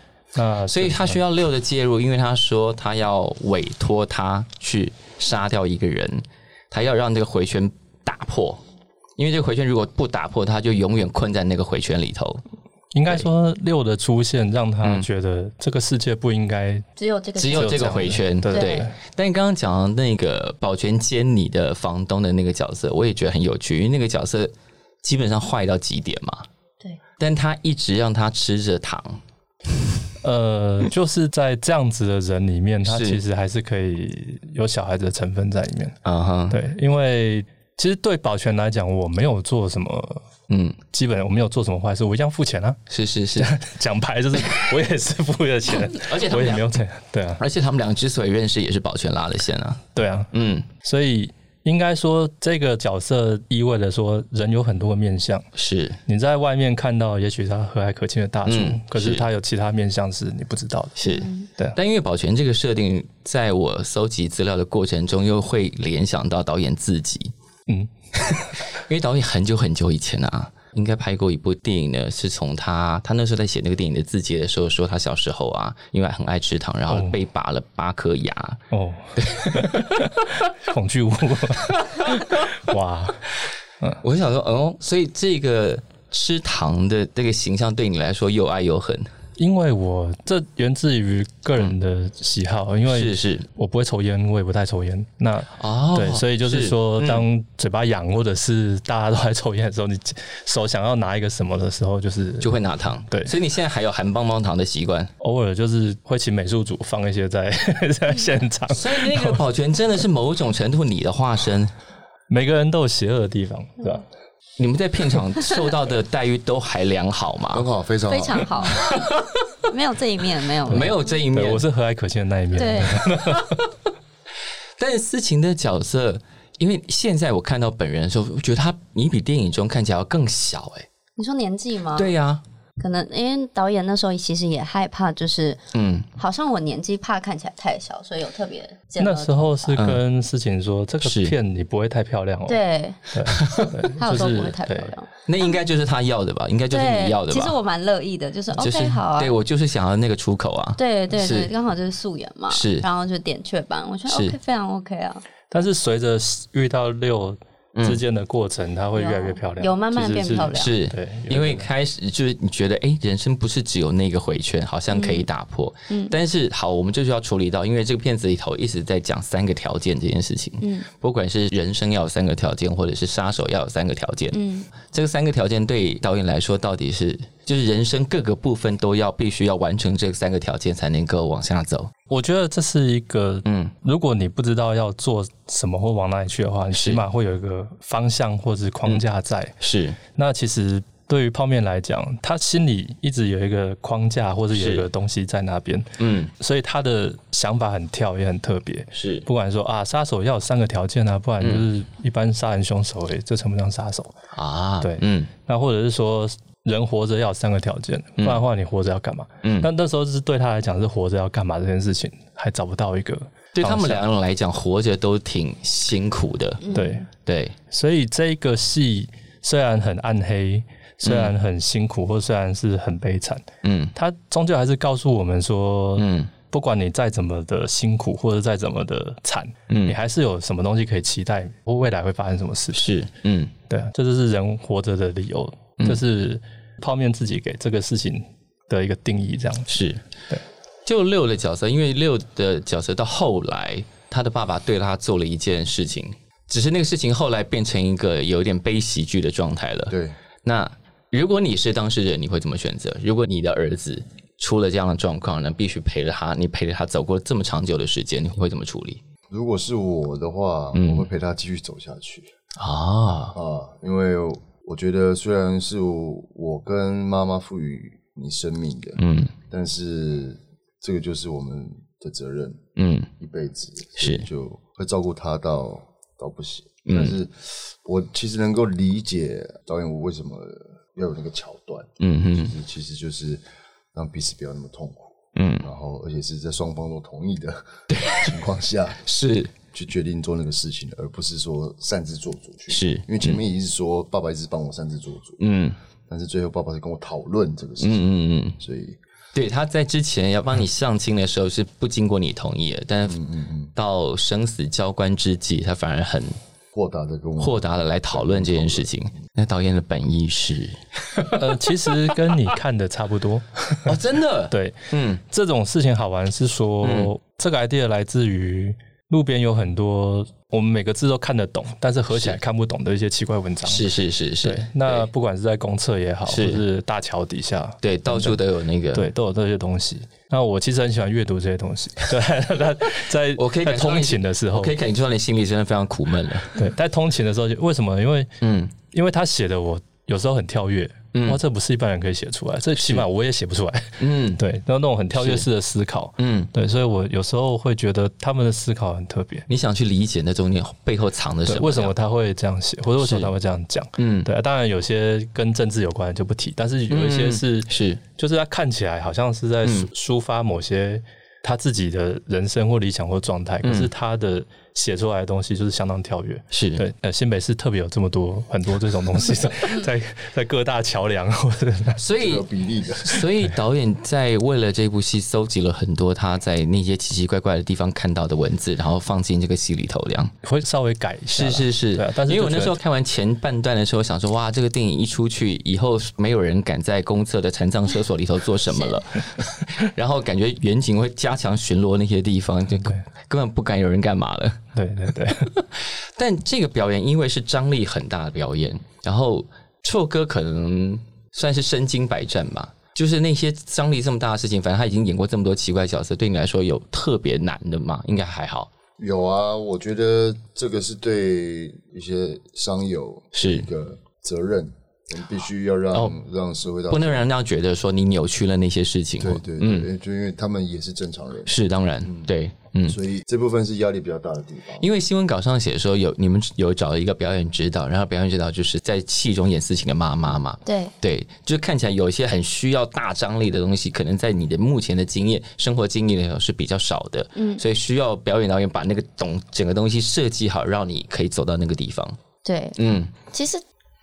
[SPEAKER 2] 那
[SPEAKER 3] 所以他需要六的介入，因为他说他要委托他去杀掉一个人，他要让这个回圈打破。因为这个回圈如果不打破，他就永远困在那个回圈里头。
[SPEAKER 2] 应该说六的出现让他
[SPEAKER 3] 嗯
[SPEAKER 2] 觉得这个世界不应该
[SPEAKER 1] 只有这个
[SPEAKER 3] 只有这
[SPEAKER 2] 这
[SPEAKER 3] 个
[SPEAKER 2] 样
[SPEAKER 3] 回
[SPEAKER 2] 的
[SPEAKER 3] 圈，
[SPEAKER 2] 对
[SPEAKER 1] 对
[SPEAKER 3] 但刚刚讲的那个保全监你的房东的那个角色，我也觉得很有趣，因为那个角色基本上坏到极点嘛，
[SPEAKER 1] 对，
[SPEAKER 3] 但他一直让他吃着糖，
[SPEAKER 2] 呃，就是在这样子的人里面，他
[SPEAKER 3] 是
[SPEAKER 2] 其实还是可以有小孩子的成分在里面。
[SPEAKER 3] 啊哈，
[SPEAKER 2] 对，因为其实对保全来讲，我没有做什么，
[SPEAKER 3] 嗯，
[SPEAKER 2] 基本我没有做什么坏事，我一样付钱啊。
[SPEAKER 3] 是 是是，
[SPEAKER 2] 讲白就是我也是付 了钱，
[SPEAKER 3] 而且他
[SPEAKER 2] 我
[SPEAKER 3] 们
[SPEAKER 2] 也
[SPEAKER 3] 俩
[SPEAKER 2] 没有钱，对啊，
[SPEAKER 3] 而且他们两个之所以认识，也是保全拉的线啊，
[SPEAKER 2] 对啊，
[SPEAKER 3] 嗯，
[SPEAKER 2] 所以应该说这个角色意味着说人有很多个面相。
[SPEAKER 3] 是
[SPEAKER 2] 你在外面看到，也许他和蔼可亲的大叔，
[SPEAKER 3] 嗯
[SPEAKER 2] 可是
[SPEAKER 3] 是
[SPEAKER 2] 他有其他面相是你不知道的。
[SPEAKER 3] 是，
[SPEAKER 2] 对啊
[SPEAKER 3] 但因为保全这个设定，在我搜集资料的过程中，又会联想到导演自己，
[SPEAKER 2] 嗯，
[SPEAKER 3] 因为导演很久很久以前啊，应该拍过一部电影呢，是从他他那时候在写那个电影的字节的时候，说他小时候啊，因为很爱吃糖，然后
[SPEAKER 2] 哦
[SPEAKER 3] 被拔了八颗牙。
[SPEAKER 2] 哦， 恐惧屋，哇，嗯
[SPEAKER 3] 我就想说，哦，所以这个吃糖的这个形象对你来说又爱又恨，
[SPEAKER 2] 因为我这源自于个人的喜好，因
[SPEAKER 3] 是
[SPEAKER 2] 为
[SPEAKER 3] 是
[SPEAKER 2] 我不会抽烟，我也不太抽烟。那
[SPEAKER 3] 哦，嗯
[SPEAKER 2] 对，所以就是说，当嘴巴痒或者是大家都在抽烟的时候，你手想要拿一个什么的时候，就是
[SPEAKER 3] 就会拿糖。
[SPEAKER 2] 对
[SPEAKER 3] 所以你现在还有含棒棒糖的习惯。
[SPEAKER 2] 偶尔就是会请美术组放一些在 在现场。
[SPEAKER 3] 所以那个保全真的是某种程度你的化身，
[SPEAKER 2] 每个人都有邪恶的地方，对吧？
[SPEAKER 3] 你们在片场受到的待遇都还良好
[SPEAKER 4] 很
[SPEAKER 3] 吗？
[SPEAKER 4] 好，非常好，
[SPEAKER 1] 啊非常 好，没有这一面，没有
[SPEAKER 3] 没有这一
[SPEAKER 2] 对，
[SPEAKER 3] 面
[SPEAKER 2] 我，是和蔼可亲的那一面。
[SPEAKER 1] 对，
[SPEAKER 3] 但思晴的角色，因为现在我看到本人的时候，我觉得她你比电影中看起来要更小哎、
[SPEAKER 1] 你说年纪吗？，
[SPEAKER 3] 对呀、
[SPEAKER 1] 可能因为导演那时候其实也害怕，就是
[SPEAKER 3] 嗯，
[SPEAKER 1] 好像我年纪怕看起来太小，所以有特别剪了
[SPEAKER 2] 那时候是
[SPEAKER 3] 嗯
[SPEAKER 2] 跟思晴说，这个
[SPEAKER 3] 是
[SPEAKER 2] 片你不会太漂亮哦。
[SPEAKER 1] 对，
[SPEAKER 2] 对，
[SPEAKER 1] 他有
[SPEAKER 2] 就
[SPEAKER 1] 说
[SPEAKER 2] 是
[SPEAKER 1] 不会太漂
[SPEAKER 2] 对
[SPEAKER 1] 亮，
[SPEAKER 3] 那应该就是她要的吧？应该就是你要的
[SPEAKER 1] 其实
[SPEAKER 3] 吧？
[SPEAKER 1] 我蛮乐意的，就是
[SPEAKER 3] 就是
[SPEAKER 1] OK 好啊
[SPEAKER 3] 对。我就是想要那个出口啊。
[SPEAKER 1] 对对
[SPEAKER 3] 是
[SPEAKER 1] 对，刚好就是素颜嘛，
[SPEAKER 3] 是
[SPEAKER 1] 然后就点雀斑，我觉得
[SPEAKER 3] 是
[SPEAKER 1] OK，非常 OK 啊，
[SPEAKER 2] 但是随着遇到六，之间的过程，它会越来越漂亮，
[SPEAKER 1] 嗯有慢慢
[SPEAKER 2] 其实
[SPEAKER 1] 变
[SPEAKER 2] 是
[SPEAKER 1] 漂亮
[SPEAKER 3] 是
[SPEAKER 2] 对有
[SPEAKER 3] 因为
[SPEAKER 2] 可能
[SPEAKER 3] 开始就是你觉得，哎、人生不是只有那个回圈，好像可以
[SPEAKER 1] 嗯
[SPEAKER 3] 打破。但是好，我们就是要处理到，因为这个片子里头一直在讲三个条件这件事情。嗯，不管是人生要有三个条件，或者是杀手要有三个条件。嗯，这个三个条件对导演来说到底是，就是人生各个部分都要必须要完成这三个条件，才能够往下走。
[SPEAKER 2] 我觉得这是一个，
[SPEAKER 3] 嗯
[SPEAKER 2] 嗯，如果你不知道要做什么或往哪里去的话，你起码会有一个方向或是框架在。
[SPEAKER 3] 是
[SPEAKER 2] 那其实对于泡面来讲，他心里一直有一个框架或是有一
[SPEAKER 3] 是
[SPEAKER 2] 个东西在那边，
[SPEAKER 3] 嗯，
[SPEAKER 2] 所以他的想法很跳也很特别。
[SPEAKER 3] 是
[SPEAKER 2] 不管说啊，杀手要有三个条件啊，不然就是
[SPEAKER 3] 嗯
[SPEAKER 2] 一般杀人凶手诶、这称不上杀手。
[SPEAKER 3] 啊，
[SPEAKER 2] 对
[SPEAKER 3] 嗯
[SPEAKER 2] 那或者是说，人活着要有三个条件，不然的话你活着要干嘛？
[SPEAKER 3] 嗯
[SPEAKER 2] 但那时候是对他来讲是活着要干嘛这件事情，还找不到一个
[SPEAKER 3] 对他们
[SPEAKER 2] 方向
[SPEAKER 3] 两个人来讲，活着都挺辛苦的。
[SPEAKER 2] 对，
[SPEAKER 3] 对，
[SPEAKER 2] 所以这个戏虽然很暗黑，虽然很辛苦，或虽然是很悲惨，
[SPEAKER 3] 嗯
[SPEAKER 2] 它终究还是告诉我们说，
[SPEAKER 3] 嗯
[SPEAKER 2] 不管你再怎么的辛苦，或者再怎么的惨，你
[SPEAKER 3] 嗯，
[SPEAKER 2] 还是有什么东西可以期待，或未来会发生什么事情。
[SPEAKER 3] 是嗯。
[SPEAKER 2] 对啊，这就是人活着的理由，这是泡面自己给这个事情的一个定义，这样
[SPEAKER 3] 是，就六的角色，因为六的角色到后来，他的爸爸对他做了一件事情，只是那个事情后来变成一个有点悲喜剧的状态了。
[SPEAKER 4] 对，
[SPEAKER 3] 那如果你是当事人，你会怎么选择？如果你的儿子出了这样的状况，那必须陪着他，你陪着他走过这么长久的时间，你会怎么处理？
[SPEAKER 4] 如果是我的话，我会陪他继续走下去
[SPEAKER 3] 啊，
[SPEAKER 4] 啊，因为我觉得虽然是我跟妈妈赋予你生命的，
[SPEAKER 3] 嗯
[SPEAKER 4] 但是这个就是我们的责任，
[SPEAKER 3] 嗯
[SPEAKER 4] 一辈子
[SPEAKER 3] 是嗯
[SPEAKER 4] 所以就会照顾他到到不行。但是我其实能够理解导演为什么要有那个桥段，
[SPEAKER 3] 嗯
[SPEAKER 4] 就
[SPEAKER 3] 嗯
[SPEAKER 4] 是其实就是让彼此不要那么痛苦，
[SPEAKER 3] 嗯，
[SPEAKER 4] 然后而且是在双方都同意的 情况下
[SPEAKER 3] 是
[SPEAKER 4] 去决定做那个事情，而不是说擅自做主去。
[SPEAKER 3] 是
[SPEAKER 4] 因为前面一直说爸爸一直帮我擅自做主，
[SPEAKER 3] 嗯
[SPEAKER 4] 但是最后爸爸是跟我讨论这个事情，
[SPEAKER 3] 嗯嗯嗯。
[SPEAKER 4] 所以
[SPEAKER 3] 对，他在之前要帮你相亲的时候是不经过你同意的，但到生死交关之际，他反而很
[SPEAKER 4] 豁达的跟我
[SPEAKER 3] 豁达的来讨论这件事情。那导演的本 意是
[SPEAKER 2] 呃，其实跟你看的差不多。
[SPEAKER 3] 哦，真的，
[SPEAKER 2] 对，
[SPEAKER 3] 嗯
[SPEAKER 2] 这种事情好玩是说，这个 idea 来自于路边有很多我们每个字都看得懂，但是合起来看不懂的一些奇怪文章。
[SPEAKER 3] 是是是
[SPEAKER 2] 对
[SPEAKER 3] 是，，
[SPEAKER 2] 那不管是在公厕也好，或
[SPEAKER 3] 是
[SPEAKER 2] 是大桥底下，
[SPEAKER 3] 对到处都有那个，
[SPEAKER 2] 对，都有这些东西。那我其实很喜欢阅读这些东 西。对，那在
[SPEAKER 3] 我可以
[SPEAKER 2] 在
[SPEAKER 3] 感受到
[SPEAKER 2] 通
[SPEAKER 3] 你
[SPEAKER 2] 勤的时
[SPEAKER 3] 我
[SPEAKER 2] 候
[SPEAKER 3] 可，以感觉到你心里真的非常苦闷了。
[SPEAKER 2] 对，在通勤的时候就，为什么？因为
[SPEAKER 3] 嗯，
[SPEAKER 2] 因为他写的我有时候很跳跃，哇，这不是一般人可以写出来，这起码我也写不出来。
[SPEAKER 3] 嗯
[SPEAKER 2] 对，然后那种很跳跃式的思考，
[SPEAKER 3] 嗯，
[SPEAKER 2] 对，所以我有时候会觉得他们的思考很特别。
[SPEAKER 3] 你想去理解那中间背后藏的什
[SPEAKER 2] 对，
[SPEAKER 3] 么？
[SPEAKER 2] 为什么？他会这样写，或者为什么他会这样讲？
[SPEAKER 3] 嗯，
[SPEAKER 2] 对，啊当然有些跟政治有关的就不提，但是有一
[SPEAKER 3] 嗯
[SPEAKER 2] 些是、
[SPEAKER 3] 是
[SPEAKER 2] 就是他看起来好像是
[SPEAKER 3] 嗯
[SPEAKER 2] 在抒抒发某些他自己的人生或理想或状态，可是他的写出来的东西就是相当跳跃。
[SPEAKER 3] 嗯是，
[SPEAKER 2] 对，呃，新北市特别有这么多很多这种东西 在
[SPEAKER 3] 嗯
[SPEAKER 2] 在在各大桥梁或者
[SPEAKER 3] 所以
[SPEAKER 4] 有比例的，
[SPEAKER 3] 所以导演在为了这部戏搜集了很多他在那些奇奇怪怪的地方看到的文字，然后放进这个戏里头，这样。
[SPEAKER 2] 会稍微改一下
[SPEAKER 3] 是
[SPEAKER 2] 啦。
[SPEAKER 3] 是是，
[SPEAKER 2] 对啊但是
[SPEAKER 3] 因为我
[SPEAKER 2] 就觉
[SPEAKER 3] 那
[SPEAKER 2] 得
[SPEAKER 3] 时候看完前半段的时候，想说哇，这个电影一出去以后，没有人敢在公厕的残障厕所里头做什 么了。 然后感觉远景会加强巡逻那些地方，就根根本不敢有人干嘛了。
[SPEAKER 2] 对对对，
[SPEAKER 3] 但这个表演因为是张力很大的表演，然后臭哥可能算是身经百战吧，就是那些张力这么大的事情，反正他已经演过这么多奇怪角色，对你来说有特别难的吗？应该还好，
[SPEAKER 4] 有啊，我觉得这个是对一些商友
[SPEAKER 3] 是
[SPEAKER 4] 一个责任，我们必须要让、
[SPEAKER 3] 哦
[SPEAKER 4] 让社会大
[SPEAKER 3] 不能嗯让人家觉得说你扭曲了那些事情。
[SPEAKER 4] 对对对，就因为他们也是正常人，
[SPEAKER 3] 是当然，对，嗯。
[SPEAKER 4] 所以这部分是压力比较大的地方。
[SPEAKER 3] 因为新闻稿上写说有你们有找了一个表演指导，然后表演指导就是在戏中演四情的妈妈嘛，
[SPEAKER 1] 对，
[SPEAKER 3] 对，就是看起来有一些很需要大张力的东西，可能在你的目前的经验、生活经验里头是比较少的，嗯，所以需要表演导演把那个懂整个东西设计好，让你可以走到那个地方，
[SPEAKER 1] 对，
[SPEAKER 3] 嗯，
[SPEAKER 1] 其实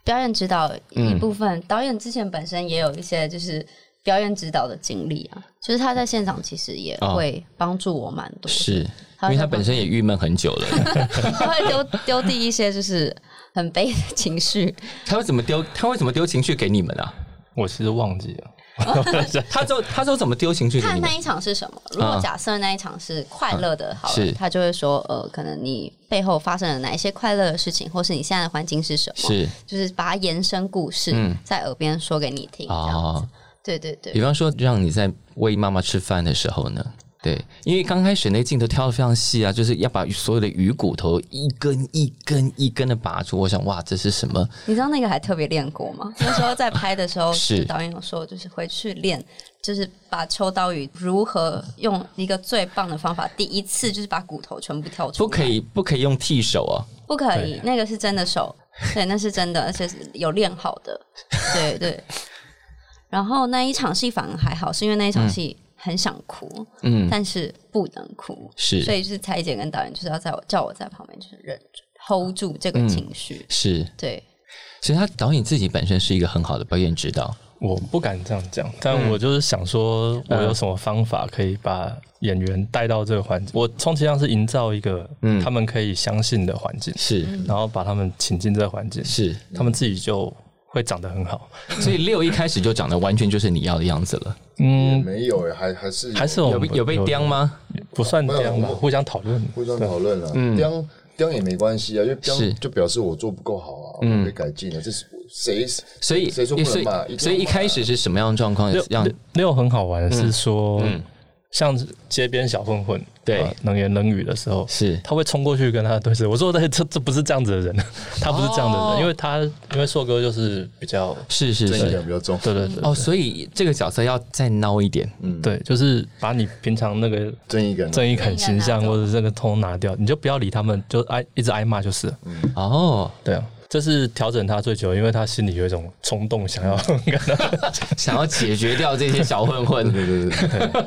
[SPEAKER 1] 表演指导一部分，导演之前本身也有一些就是表演指导的经历啊，就是他在现场其实也
[SPEAKER 3] 哦
[SPEAKER 1] 会帮助我蛮多的，
[SPEAKER 3] 是因
[SPEAKER 1] 好
[SPEAKER 3] 为他本身也郁闷很久了，
[SPEAKER 1] 他会丢丢地一些就是很悲的情绪。
[SPEAKER 3] 他会怎么丢？他会怎么丢情绪给你们啊？
[SPEAKER 2] 我其实忘记了，
[SPEAKER 3] 他就他说怎么丢情绪给
[SPEAKER 1] 看
[SPEAKER 3] 你们
[SPEAKER 1] 那？一场是什么？如果假设那一场是快乐的，好
[SPEAKER 3] 是
[SPEAKER 1] 了，他就会说，呃，可能你背后发生了哪一些快乐的事情，或是你现在的环境是什么，
[SPEAKER 3] 是嗯
[SPEAKER 1] 就是把它延伸故事、在耳边说给你听。这样
[SPEAKER 3] 哦，
[SPEAKER 1] 对对
[SPEAKER 3] 比
[SPEAKER 1] 对，
[SPEAKER 3] 方说让你在喂妈妈吃饭的时候呢，对，因为刚开始那个镜头挑的非常细啊，就是要把所有的鱼骨头一根一根一根的拔出。我想，哇，这是什么？
[SPEAKER 1] 你知道那个还特别练过 吗？那时候在拍的时候，
[SPEAKER 3] 是
[SPEAKER 1] 就是导演有说，就是回去练，就是把秋刀鱼如何用一个最棒的方法，第一次就是把骨头全部挑出
[SPEAKER 3] 不
[SPEAKER 1] 来，
[SPEAKER 3] 可以，不可以用剃手啊！
[SPEAKER 1] 不可以，那个是真的手，对，那是真的，而且是有练好的，对对。然后那一场戏反而还好，是因为那一场戏很想哭，
[SPEAKER 3] 嗯，
[SPEAKER 1] 但是不能哭，
[SPEAKER 3] 是
[SPEAKER 1] 所以就是彩姐跟导演就是要在我叫我在旁边就是忍住 hold 住这个情绪，
[SPEAKER 3] 嗯是，
[SPEAKER 1] 对，
[SPEAKER 3] 其实他导演自己本身是一个很好的表演指导，
[SPEAKER 2] 我不敢这样讲，
[SPEAKER 3] 嗯
[SPEAKER 2] 但我就是想说，我有什么方法可以把演员带到这个环境？我充其量是营造一个
[SPEAKER 3] 嗯
[SPEAKER 2] 他们可以相信的环境，
[SPEAKER 3] 是、
[SPEAKER 2] 然后把他们请进这个环境，
[SPEAKER 3] 是，
[SPEAKER 2] 他们自己就会长得很好。
[SPEAKER 3] 所以六一开始就长得完全就是你要的样子了，
[SPEAKER 4] 也
[SPEAKER 2] 嗯，
[SPEAKER 4] 没有欸，还还是
[SPEAKER 2] 还是我
[SPEAKER 3] 有
[SPEAKER 2] 们
[SPEAKER 3] 被有被刁？吗？
[SPEAKER 2] 不算刁
[SPEAKER 4] 没
[SPEAKER 2] 吧，
[SPEAKER 4] 有
[SPEAKER 2] 互相讨论。
[SPEAKER 4] 互相讨论了，刁刁也没关系啊，就刁
[SPEAKER 3] 嗯是嗯
[SPEAKER 4] 就表示我做不够好啊，我可以改进啊，这是谁
[SPEAKER 3] 所以，
[SPEAKER 4] 谁说不
[SPEAKER 3] 所
[SPEAKER 4] 能
[SPEAKER 3] 以
[SPEAKER 4] 嘛？定
[SPEAKER 3] 所以一
[SPEAKER 4] 要骂啊
[SPEAKER 3] 开始是什么样的状况？
[SPEAKER 2] 六
[SPEAKER 3] 让
[SPEAKER 2] 六六很好玩，是说像街边小混混，
[SPEAKER 3] 对
[SPEAKER 2] 呃冷言冷语的时候，
[SPEAKER 3] 是
[SPEAKER 2] 他会冲过去跟他对峙。我说这这这不是这样子的人， 他不是这样的人，
[SPEAKER 3] 哦
[SPEAKER 2] 因为他因为硕哥就是比较，
[SPEAKER 3] 是是
[SPEAKER 4] 正义
[SPEAKER 3] 是，
[SPEAKER 4] 感比较重，
[SPEAKER 2] 对对对
[SPEAKER 3] 哦，所以这个角色要再孬一点，
[SPEAKER 4] 嗯
[SPEAKER 2] 对，就是把你平常那个
[SPEAKER 4] 正义感
[SPEAKER 2] 正义感形象
[SPEAKER 1] 正义感拿走
[SPEAKER 2] 或者这个通拿掉，你就不要理他们，就挨一直挨骂就是了。
[SPEAKER 3] 哦，
[SPEAKER 2] 对啊，这是调整他最久，因为他心里有一种冲动，想要 跟他
[SPEAKER 3] 想要解决掉这些小 混混，
[SPEAKER 4] 对对对，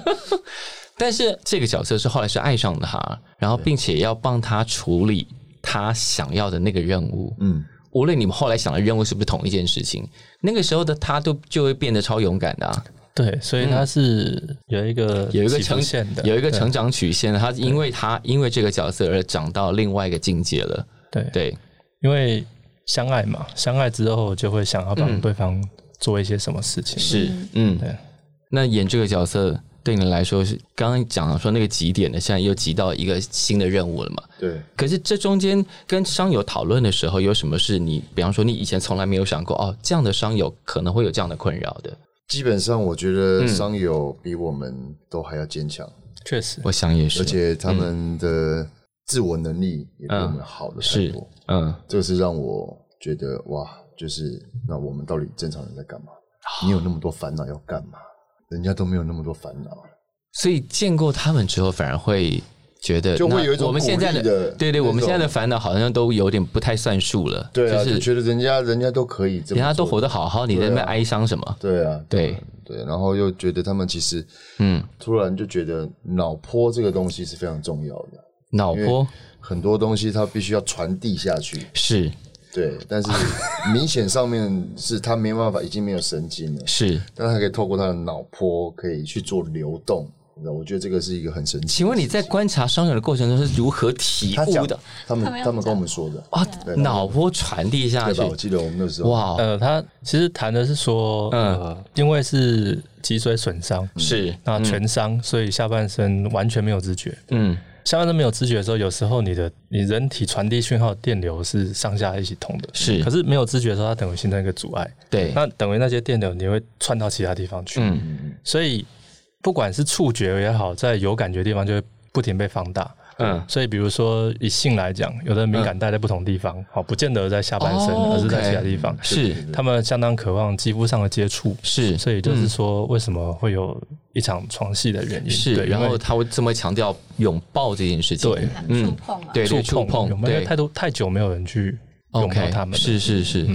[SPEAKER 3] 但是这个角色是后来是爱上了他，然后并且要帮他处理他想要的那个任务。
[SPEAKER 4] 嗯，
[SPEAKER 3] 无论你们后来想的任务是不是同一件事情，那个时候的他都就会变得超勇敢的啊、
[SPEAKER 2] 对，所以他是有一个
[SPEAKER 3] 嗯有一个
[SPEAKER 2] 起
[SPEAKER 3] 成
[SPEAKER 2] 伏线的，
[SPEAKER 3] 有一个成长曲线的。他因为他因为这个角色而长到另外一个境界了。
[SPEAKER 2] 对对，
[SPEAKER 3] 对，
[SPEAKER 2] 因为相爱嘛，相爱之后就会想要帮对方做一些什么事情，
[SPEAKER 3] 嗯是，嗯
[SPEAKER 2] 对，
[SPEAKER 3] 那演这个角色对你来说是刚刚讲了说那个极点的，现在又极到一个新的任务了嘛？
[SPEAKER 4] 对，
[SPEAKER 3] 可是这中间跟商友讨论的时候，有什么是你，比方说你以前从来没有想过，哦，这样的商友可能会有这样的困扰的？
[SPEAKER 4] 基本上我觉
[SPEAKER 3] 嗯
[SPEAKER 4] 得商友比我们都还要坚强，
[SPEAKER 2] 确实
[SPEAKER 3] 我想也
[SPEAKER 4] 而
[SPEAKER 3] 是，嗯
[SPEAKER 4] 且他们的自我能力也比我们好的太
[SPEAKER 3] 是
[SPEAKER 4] 多，，
[SPEAKER 3] 嗯，
[SPEAKER 4] 这个是让我觉得哇，就是那我们到底正常人在干嘛？
[SPEAKER 3] 啊
[SPEAKER 4] 你有那么多烦恼要干嘛？人家都没有那么多烦恼，
[SPEAKER 3] 所以见过他们之后，反而会觉得，
[SPEAKER 4] 就会有一
[SPEAKER 3] 那
[SPEAKER 4] 种
[SPEAKER 3] 我们现在
[SPEAKER 4] 鼓励的
[SPEAKER 3] 对对，
[SPEAKER 4] 那种
[SPEAKER 3] 我们现在的烦恼好像都有点不太算数了，
[SPEAKER 4] 对啊，
[SPEAKER 3] 就
[SPEAKER 4] 就是觉得人家人家都可以这么做，
[SPEAKER 3] 人家都活得好好，你在那
[SPEAKER 4] 对
[SPEAKER 3] 边
[SPEAKER 4] 啊
[SPEAKER 3] 哀伤什么？
[SPEAKER 4] 对啊，
[SPEAKER 3] 对
[SPEAKER 4] 对，然后又觉得他们其实
[SPEAKER 3] 嗯，
[SPEAKER 4] 突然就觉得脑波这个东西是非常重要的，
[SPEAKER 3] 脑
[SPEAKER 4] 因为
[SPEAKER 3] 波
[SPEAKER 4] 很多东西它必须要传递下去，
[SPEAKER 3] 是
[SPEAKER 4] 对，但是明显上面是他没办法，已经没有神经了，
[SPEAKER 3] 是。
[SPEAKER 4] 但他可以透过他的脑波可以去做流动，你知道我觉得这个是一个很神奇。
[SPEAKER 3] 请问你在观察商友的过程中是如何体
[SPEAKER 4] 他
[SPEAKER 3] 悟
[SPEAKER 4] 讲
[SPEAKER 3] 的？
[SPEAKER 4] 他们
[SPEAKER 1] 他们要
[SPEAKER 4] 他们跟我们说的，
[SPEAKER 3] 啊，脑波传递下
[SPEAKER 4] 对
[SPEAKER 3] 去
[SPEAKER 4] 吧？，我记得我们那时候，
[SPEAKER 3] 哇，
[SPEAKER 2] 呃，他其实谈的是说，
[SPEAKER 3] 哦嗯
[SPEAKER 2] 呃，因为是脊髓损伤，
[SPEAKER 3] 是
[SPEAKER 2] 那全伤，所以下半身完全没有知觉。
[SPEAKER 3] 嗯
[SPEAKER 2] 下半身没有知觉的时候，有时候你的你人体传递讯号的电流是上下一起通的，
[SPEAKER 3] 是
[SPEAKER 2] 可是没有知觉的时候，它等于形成一个阻碍，
[SPEAKER 3] 对，
[SPEAKER 2] 那等于那些电流你会窜到其他地方去。
[SPEAKER 3] 嗯
[SPEAKER 2] 所以不管是触觉也好，在有感觉的地方就会不停被放大。
[SPEAKER 3] 嗯
[SPEAKER 2] 所以比如说以性来讲，有的敏感带在不同地方，好、不见得在下半身，
[SPEAKER 3] 哦
[SPEAKER 2] 而是在
[SPEAKER 3] OK
[SPEAKER 2] 其他地方。
[SPEAKER 3] 是
[SPEAKER 2] 他们相当渴望肌肤上的接触，
[SPEAKER 3] 是嗯
[SPEAKER 2] 所以就是说为什么会有一场床戏的原因。
[SPEAKER 3] 是，
[SPEAKER 2] 对，
[SPEAKER 3] 然
[SPEAKER 2] 因
[SPEAKER 3] 后
[SPEAKER 2] 为
[SPEAKER 3] 他会这么强调拥抱这件事情，
[SPEAKER 2] 对
[SPEAKER 1] 触碰啊，
[SPEAKER 3] 嗯对
[SPEAKER 2] 触
[SPEAKER 3] 对触
[SPEAKER 2] 碰有
[SPEAKER 3] 碰，
[SPEAKER 2] 没有
[SPEAKER 3] 对
[SPEAKER 2] 太多太久没有人去拥抱
[SPEAKER 3] ，OK，
[SPEAKER 2] 他们嗯了
[SPEAKER 3] 是是是，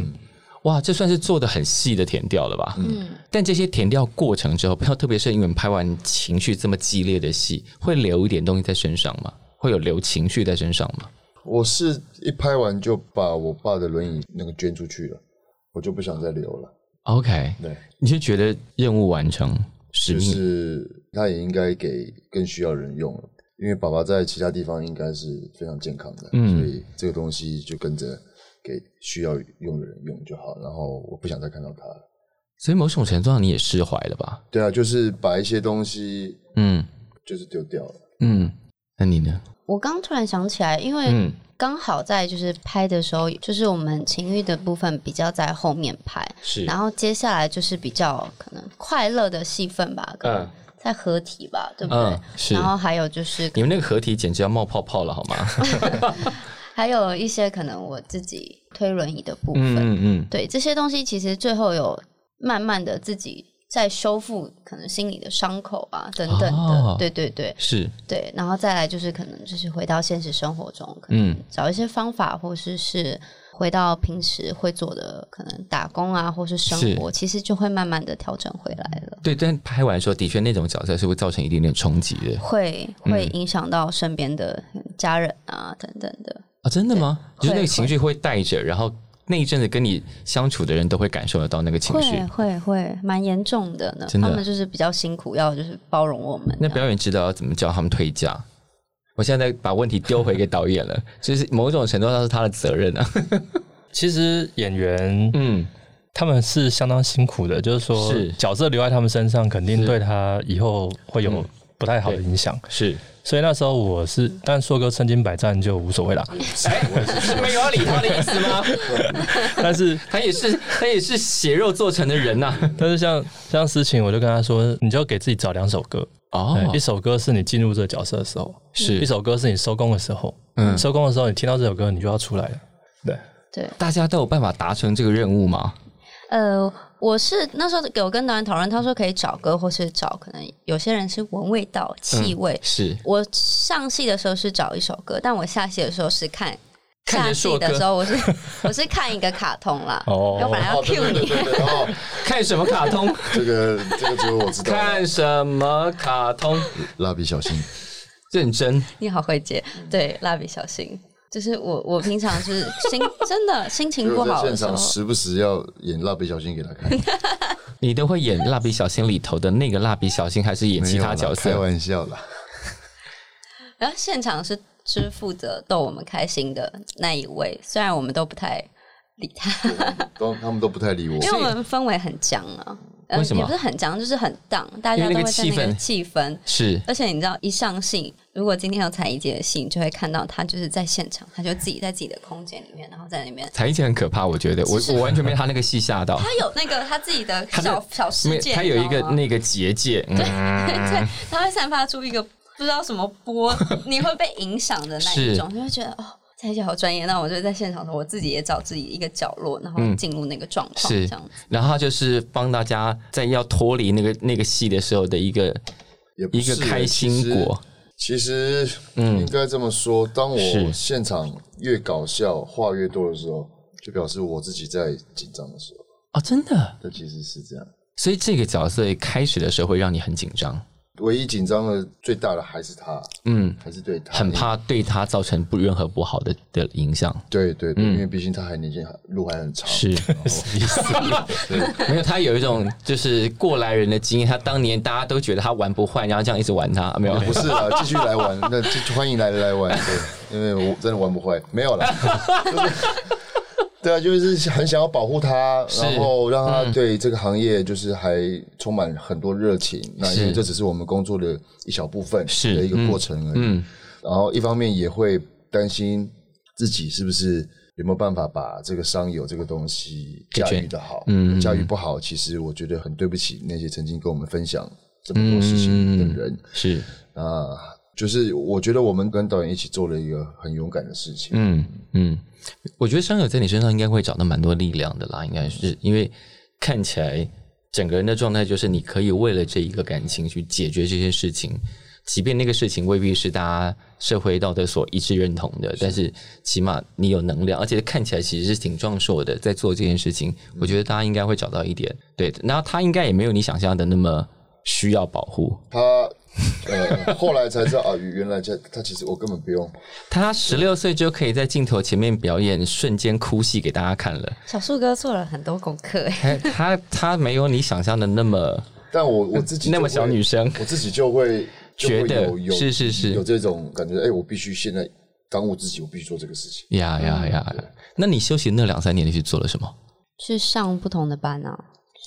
[SPEAKER 3] 哇，这算是做的很细的填调了吧？嗯，但这些填调过程之后，不要特别是因为你们拍完情绪这么激烈的戏，会留一点东西在身上吗？会有留情绪在身上吗？
[SPEAKER 4] 我是一拍完就把我爸的轮椅那个捐出去了，我就不想再留了。
[SPEAKER 3] OK，
[SPEAKER 4] 对，
[SPEAKER 3] 你就觉得任务完成，使
[SPEAKER 4] 就
[SPEAKER 3] 命、
[SPEAKER 4] 是他也应该给更需要人用了，
[SPEAKER 3] 嗯
[SPEAKER 4] 因为爸爸在其他地方应该是非常健康的，所以这个东西就跟着给需要用的人用就好，然后我不想再看到它了。
[SPEAKER 3] 所以某种程度上你也释怀了吧？
[SPEAKER 4] 对啊，就是把一些东西
[SPEAKER 3] 嗯
[SPEAKER 4] 就是丢掉了。
[SPEAKER 3] 嗯，那你呢？
[SPEAKER 1] 我刚突然想起来，因为
[SPEAKER 3] 嗯，
[SPEAKER 1] 刚好在就是拍的时候，就是我们情欲的部分比较在后面拍，
[SPEAKER 3] 是
[SPEAKER 1] 然后接下来就是比较可能快乐的戏份吧，可能
[SPEAKER 3] 嗯
[SPEAKER 1] 在合体吧，对不对？
[SPEAKER 3] 嗯是
[SPEAKER 1] 然，后还有就是
[SPEAKER 3] 你们那个合体简直要冒泡泡了好 吗？
[SPEAKER 1] 还有一些可能我自己推轮椅的部分，
[SPEAKER 3] 嗯嗯
[SPEAKER 1] 对这些东西，其实最后有慢慢的自己在修复可能心里的伤口啊等等的，
[SPEAKER 3] 哦
[SPEAKER 1] 对对对
[SPEAKER 3] 是
[SPEAKER 1] 对，然后再来就是可能就是回到现实生活中，可能
[SPEAKER 3] 嗯
[SPEAKER 1] 找一些方法，或是是回到平时会做的可能打工啊，或是生活，其实就会慢慢的调整回来了。
[SPEAKER 3] 对，但拍完的时候的确那种角色是会造成一点点冲击的
[SPEAKER 1] 会会
[SPEAKER 3] 嗯
[SPEAKER 1] 影响到身边的家人啊，等等的，
[SPEAKER 3] 啊，真的吗？就是
[SPEAKER 1] 对
[SPEAKER 3] 那个
[SPEAKER 1] 会
[SPEAKER 3] 情绪会带着，然后那一阵子跟你相处的人都会感受得到那个情绪
[SPEAKER 1] 会。会会蛮严重的呢。
[SPEAKER 3] 真的
[SPEAKER 1] 他们就是比较辛苦，要就是包容我们这
[SPEAKER 3] 那
[SPEAKER 1] 样。
[SPEAKER 3] 表演指导要怎么教他们退价？我现在把问题丢回给导演了，就是某种程度上是他的责任啊。
[SPEAKER 2] 其实演员
[SPEAKER 3] 嗯，
[SPEAKER 2] 他们是相当辛苦的，就是说
[SPEAKER 3] 是
[SPEAKER 2] 角色留在他们身上，肯定
[SPEAKER 3] 是嗯
[SPEAKER 2] 对他以后会有不太好的影响。
[SPEAKER 3] 是，
[SPEAKER 2] 所以那时候我是，但硕哥身经百战就无所谓 啦。
[SPEAKER 3] 哎，是没有要理他的意思吗？
[SPEAKER 2] 但是
[SPEAKER 3] 他也是，他也是血肉做成的人啊呐、
[SPEAKER 2] 但是像像思晴，我就跟他说，你就给自己找两首歌，
[SPEAKER 3] 哦
[SPEAKER 2] 对一首歌是你进入这个角色的时候，一
[SPEAKER 3] 是，
[SPEAKER 2] 首歌是你收工的时候，
[SPEAKER 3] 嗯，
[SPEAKER 2] 收工的时候你听到这首歌，你就要出来了。对，
[SPEAKER 1] 对，
[SPEAKER 3] 大家都有办法达成这个任务吗？
[SPEAKER 1] 呃，我是那时候有跟导演讨论，他说可以找歌，或是找可能有些人是闻味道、气味。
[SPEAKER 3] 是，
[SPEAKER 1] 我上戏的时候是找一首歌，但我下戏的时候是看。
[SPEAKER 3] 看
[SPEAKER 1] 下
[SPEAKER 3] 着
[SPEAKER 1] 戏
[SPEAKER 3] 硕哥
[SPEAKER 1] 的时候，我是 我是看一个卡 通啦，
[SPEAKER 2] 哦
[SPEAKER 1] 要不然要
[SPEAKER 4] 哦，对
[SPEAKER 1] cue
[SPEAKER 4] 对对
[SPEAKER 1] 你。
[SPEAKER 4] 对对，哦，
[SPEAKER 3] 看什么卡 通？
[SPEAKER 4] 这个这个只有我知道。
[SPEAKER 3] 看什么卡通？
[SPEAKER 4] 蜡笔小新，
[SPEAKER 3] 认真，
[SPEAKER 1] 你好会接，对，蜡笔小新，就是我我平常就是心 真的心情不
[SPEAKER 4] 我在
[SPEAKER 1] 好
[SPEAKER 4] 现
[SPEAKER 1] 的时候
[SPEAKER 4] 场，时不时要演蜡笔小新给他看，
[SPEAKER 3] 你都会演《蜡笔小新》里头的那个蜡笔小新，还是演其他角
[SPEAKER 4] 没有啦开
[SPEAKER 3] 色？
[SPEAKER 4] 玩笑啦，
[SPEAKER 1] 然后现场是是负责逗我们开心的那一位，虽然我们都不太理他。
[SPEAKER 4] 都他们都不太理我
[SPEAKER 1] 因。为我们氛围很僵啊，呃
[SPEAKER 3] 为什么
[SPEAKER 1] 也不是很僵，就是很荡，大
[SPEAKER 3] 因
[SPEAKER 1] 家
[SPEAKER 3] 为
[SPEAKER 1] 都
[SPEAKER 3] 那个
[SPEAKER 1] 会在那个气氛。
[SPEAKER 3] 是，
[SPEAKER 1] 而且你知道，一上戏，如果今天有彩怡姐的戏，你就会看到她就是在现场，她就自己在自己的空间里面，然后在里面，
[SPEAKER 3] 才一姐很可怕，我觉得我我完全被他那个戏吓 到。
[SPEAKER 1] 她有那个她自己的
[SPEAKER 3] 她
[SPEAKER 1] 小
[SPEAKER 3] 的
[SPEAKER 1] 小世
[SPEAKER 3] 没
[SPEAKER 1] 界，
[SPEAKER 3] 他有一
[SPEAKER 1] 你知
[SPEAKER 3] 个
[SPEAKER 1] 道吗
[SPEAKER 3] 那个结界，嗯
[SPEAKER 1] 对，她会散发出一个不知道什么 波，你会被影响的那一种，你会觉得哦。彩怡姐好专业，那我就在现场的时候，我自己也找自己一个角落，然后进入那个状
[SPEAKER 3] 嗯
[SPEAKER 1] 况，
[SPEAKER 3] 是
[SPEAKER 1] 这样子。
[SPEAKER 3] 然后他就是帮大家在要脱离那个那个戏的时候的一个
[SPEAKER 4] 也不
[SPEAKER 3] 一
[SPEAKER 4] 是欸
[SPEAKER 3] 个开心果。。嗯
[SPEAKER 4] 其实其实应该这么说，当
[SPEAKER 3] 是
[SPEAKER 4] 我现场越搞笑、话越多的时候，就表示我自己在紧张的时候。
[SPEAKER 3] 哦，真的，
[SPEAKER 4] 这其实是这样，
[SPEAKER 3] 所以这个角色开始的时候会让你很紧张，
[SPEAKER 4] 唯一紧张的最大的还是他，
[SPEAKER 3] 嗯，
[SPEAKER 4] 还是对他，
[SPEAKER 3] 很。怕对他造成不任何不好的的影响。
[SPEAKER 4] 对对对，因为毕竟他还年纪还路还很长，
[SPEAKER 3] 是，没有他有一种就是过来人的经验，他当年大家都觉得他玩不坏，然后这样一直玩他，没有
[SPEAKER 4] 不是啦，继续来玩，那继续欢迎来来玩，对，因为我真的玩不坏，没有啦。就是对啊，就是很想要保护他，然后让他对这个行业就是还充满很多热情。那因为这只是我们工作的一小部分
[SPEAKER 3] 是
[SPEAKER 4] 的一个过程而已。
[SPEAKER 3] 嗯
[SPEAKER 4] 然后一方面也会担心自己是不是有没有办法把这个商友这个东西驾驭的好，嗯，驾驭不好，其实我觉得很对不起那些曾经跟我们分享这么多事情的人。
[SPEAKER 3] 是，
[SPEAKER 4] 啊，就是我觉得我们跟导演一起做了一个很勇敢的事情。
[SPEAKER 3] 嗯嗯，我觉得伤友在你身上应该会找到蛮多力量的啦，应该是因为看起来整个人的状态就是你可以为了这一个感情去解决这些事情，即便那个事情未必是大家社会道德所一致认同的，但是起码你有能量，而且看起来其实是挺壮硕的，在做这件事情，我觉得大家应该会找到一点对，然后他应该也没有你想象的那么需要保护，
[SPEAKER 4] 他呃，后来才知道啊，原来他他其实我根本不用，
[SPEAKER 3] 他十六岁就可以在镜头前面表演瞬间哭戏给大家看了。
[SPEAKER 1] 小树哥做了很多功课，哎
[SPEAKER 3] 他他他没有你想象的那么
[SPEAKER 4] 但我我自己就
[SPEAKER 3] 那么
[SPEAKER 4] 会
[SPEAKER 3] 小女，生，
[SPEAKER 4] 我自己就会就
[SPEAKER 3] 觉
[SPEAKER 4] 会
[SPEAKER 3] 得
[SPEAKER 4] 有有
[SPEAKER 3] 是是是
[SPEAKER 4] 有这种感觉，哎，我必须现在当务之急，我必须做这个事情。
[SPEAKER 3] 呀呀呀！那你休息那两三年，你去做了什么？
[SPEAKER 1] 去上不同的班啊，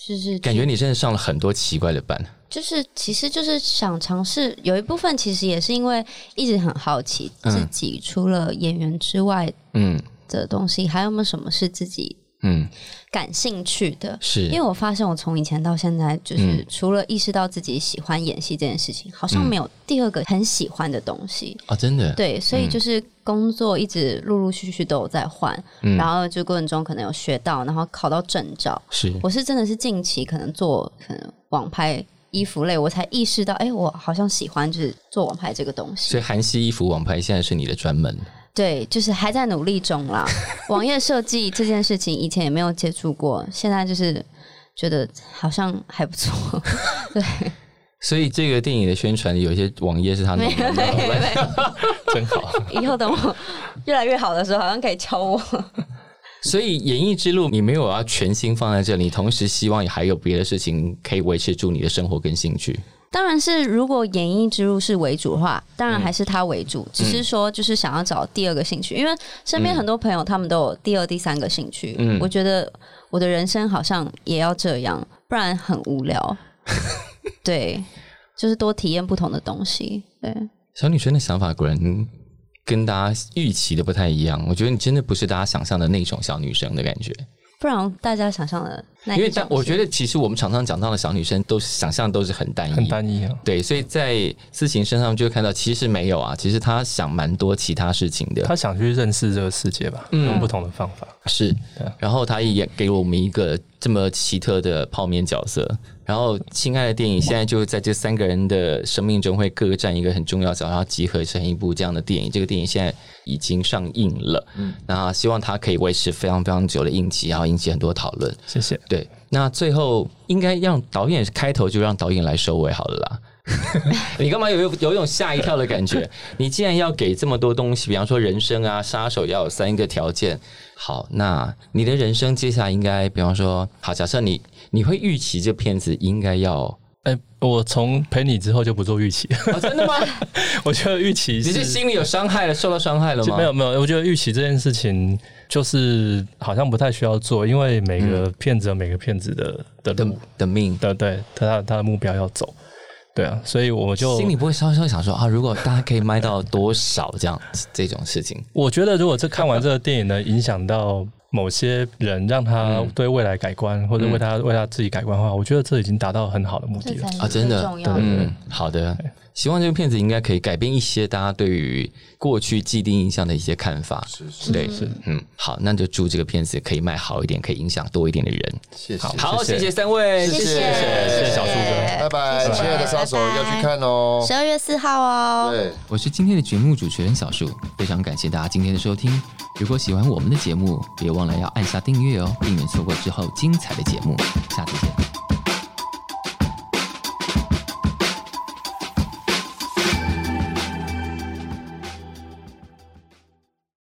[SPEAKER 1] 就是
[SPEAKER 3] 感觉你真的上了很多奇怪的班。
[SPEAKER 1] 就是其实就是想尝试，有一部分其实也是因为一直很好奇
[SPEAKER 3] 嗯
[SPEAKER 1] 自己除了演员之外
[SPEAKER 3] 嗯
[SPEAKER 1] 的东西，还有没有什么是自己
[SPEAKER 3] 嗯，
[SPEAKER 1] 感兴趣的。
[SPEAKER 3] 是，
[SPEAKER 1] 因为我发现我从以前到现在，就是
[SPEAKER 3] 嗯
[SPEAKER 1] 除了意识到自己喜欢演戏这件事情，好像
[SPEAKER 3] 嗯
[SPEAKER 1] 没有第二个很喜欢的东西。
[SPEAKER 3] 啊，真的，
[SPEAKER 1] 对，所以就是工作一直陆陆续续都有在换，
[SPEAKER 3] 嗯
[SPEAKER 1] 然后就过程中可能有学到，然后考到证照。
[SPEAKER 3] 是
[SPEAKER 1] 我是真的是近期可能做可能网拍衣服类，我才意识到，哎、我好像喜欢就是做网拍这个东西
[SPEAKER 3] 所。以韩系衣服网拍现在是你的专门，
[SPEAKER 1] 对，就是还在努力中 啦。网页设计这件事情以前也没有接触过，现在就是觉得好像还不错。
[SPEAKER 3] 所以这个电影的宣传有一些网页是他弄
[SPEAKER 1] 没有， 没有，
[SPEAKER 3] 的。
[SPEAKER 1] 没
[SPEAKER 2] 真好。
[SPEAKER 1] 有。以后等我越来越好的时候，好像可以敲我。
[SPEAKER 3] 所以演艺之路你没有要全心放在这里，同时希望也还有别的事情可以维持住你的生活跟兴趣。
[SPEAKER 1] 当然是，如果演艺之路是为主的话，当然还是他为主。只是说，就是想要找第二个兴趣，因为身边很多朋友他们都有第二、第三个兴趣。
[SPEAKER 3] 嗯
[SPEAKER 1] 我觉得我的人生好像也要这样，不然很无 聊。对，就是多体验不同的东西。对，
[SPEAKER 3] 小女生的想法果然跟大家预期的不太一样，我觉得你真的不是大家想象的那种小女生的感觉。
[SPEAKER 1] 不然大家想象的那一
[SPEAKER 3] 因为
[SPEAKER 1] 种
[SPEAKER 3] 但我
[SPEAKER 1] 是
[SPEAKER 3] 觉得其实我们常常讲到的小女生都是想象都是很单一，
[SPEAKER 2] 很单一啊。
[SPEAKER 3] 对，所以在思晴身上就会看到，其实没有啊，其实她想蛮多其他事情的。
[SPEAKER 2] 他想去认识这个世界吧，用不同的方法。
[SPEAKER 3] 是
[SPEAKER 2] 对啊，
[SPEAKER 3] 然后他也给我们一个这么奇特的泡面角色。然后，亲爱的电影现在就在这三个人的生命中会各占一个很重要的角色，然后集合成一部这样的电影。这个电影现在已经上映了，嗯，那希望它可以维持非常非常久的映期，然后引起很多讨论。
[SPEAKER 2] 谢谢。
[SPEAKER 3] 对，那最后应该让导演开头就让导演来收尾好了 啦。 你干嘛有有有种吓一跳的感觉？你既然要给这么多东西，比方说人生啊，杀手要有三个条件。好，那你的人生接下来应该，比方说，好，假设你你会预期这片子应该要、
[SPEAKER 2] 哎、我从陪你之后就不做预 期，
[SPEAKER 3] 哦真的吗？
[SPEAKER 2] 我觉得预期
[SPEAKER 3] 你是
[SPEAKER 2] 是
[SPEAKER 3] 心里有伤害了，受到伤害了吗？
[SPEAKER 2] 没有，没有，我觉得预期这件事情就是好像不太需要做，因为每个骗子有每个骗子的的
[SPEAKER 3] 的
[SPEAKER 2] 路
[SPEAKER 3] 的命。
[SPEAKER 2] 嗯的对他他他的目标要走，对啊，所以我就
[SPEAKER 3] 心里不会稍稍想说啊，如果大家可以卖到多少这样这种事情，
[SPEAKER 2] 我觉得如果这看完这个电影能影响到某些人，让他对未来改观，或者为他为他自己改观的话，我觉得这已经达到很好的目
[SPEAKER 1] 这
[SPEAKER 2] 的了
[SPEAKER 1] 才。是
[SPEAKER 3] 啊真的
[SPEAKER 1] 最重要的。
[SPEAKER 3] 嗯，好的。希望这个片子应该可以改变一些大家对于过去既定印象的一些看法。
[SPEAKER 4] 是是，
[SPEAKER 3] 对，是，嗯，好，那就祝这个片子可以卖好一点，可以影响多一点的人。
[SPEAKER 4] 谢谢，
[SPEAKER 3] 好，谢谢三位，
[SPEAKER 1] 谢谢
[SPEAKER 2] 谢谢小树哥。
[SPEAKER 4] 拜拜，亲爱的杀手要去看哦
[SPEAKER 1] 十。二月四号哦。
[SPEAKER 4] 对。
[SPEAKER 3] 我是今天的节目主持人小树，非常感谢大家今天的收听。如果喜欢我们的节目，别忘了要按下订阅哦，避免错过之后精彩的节目。下次见。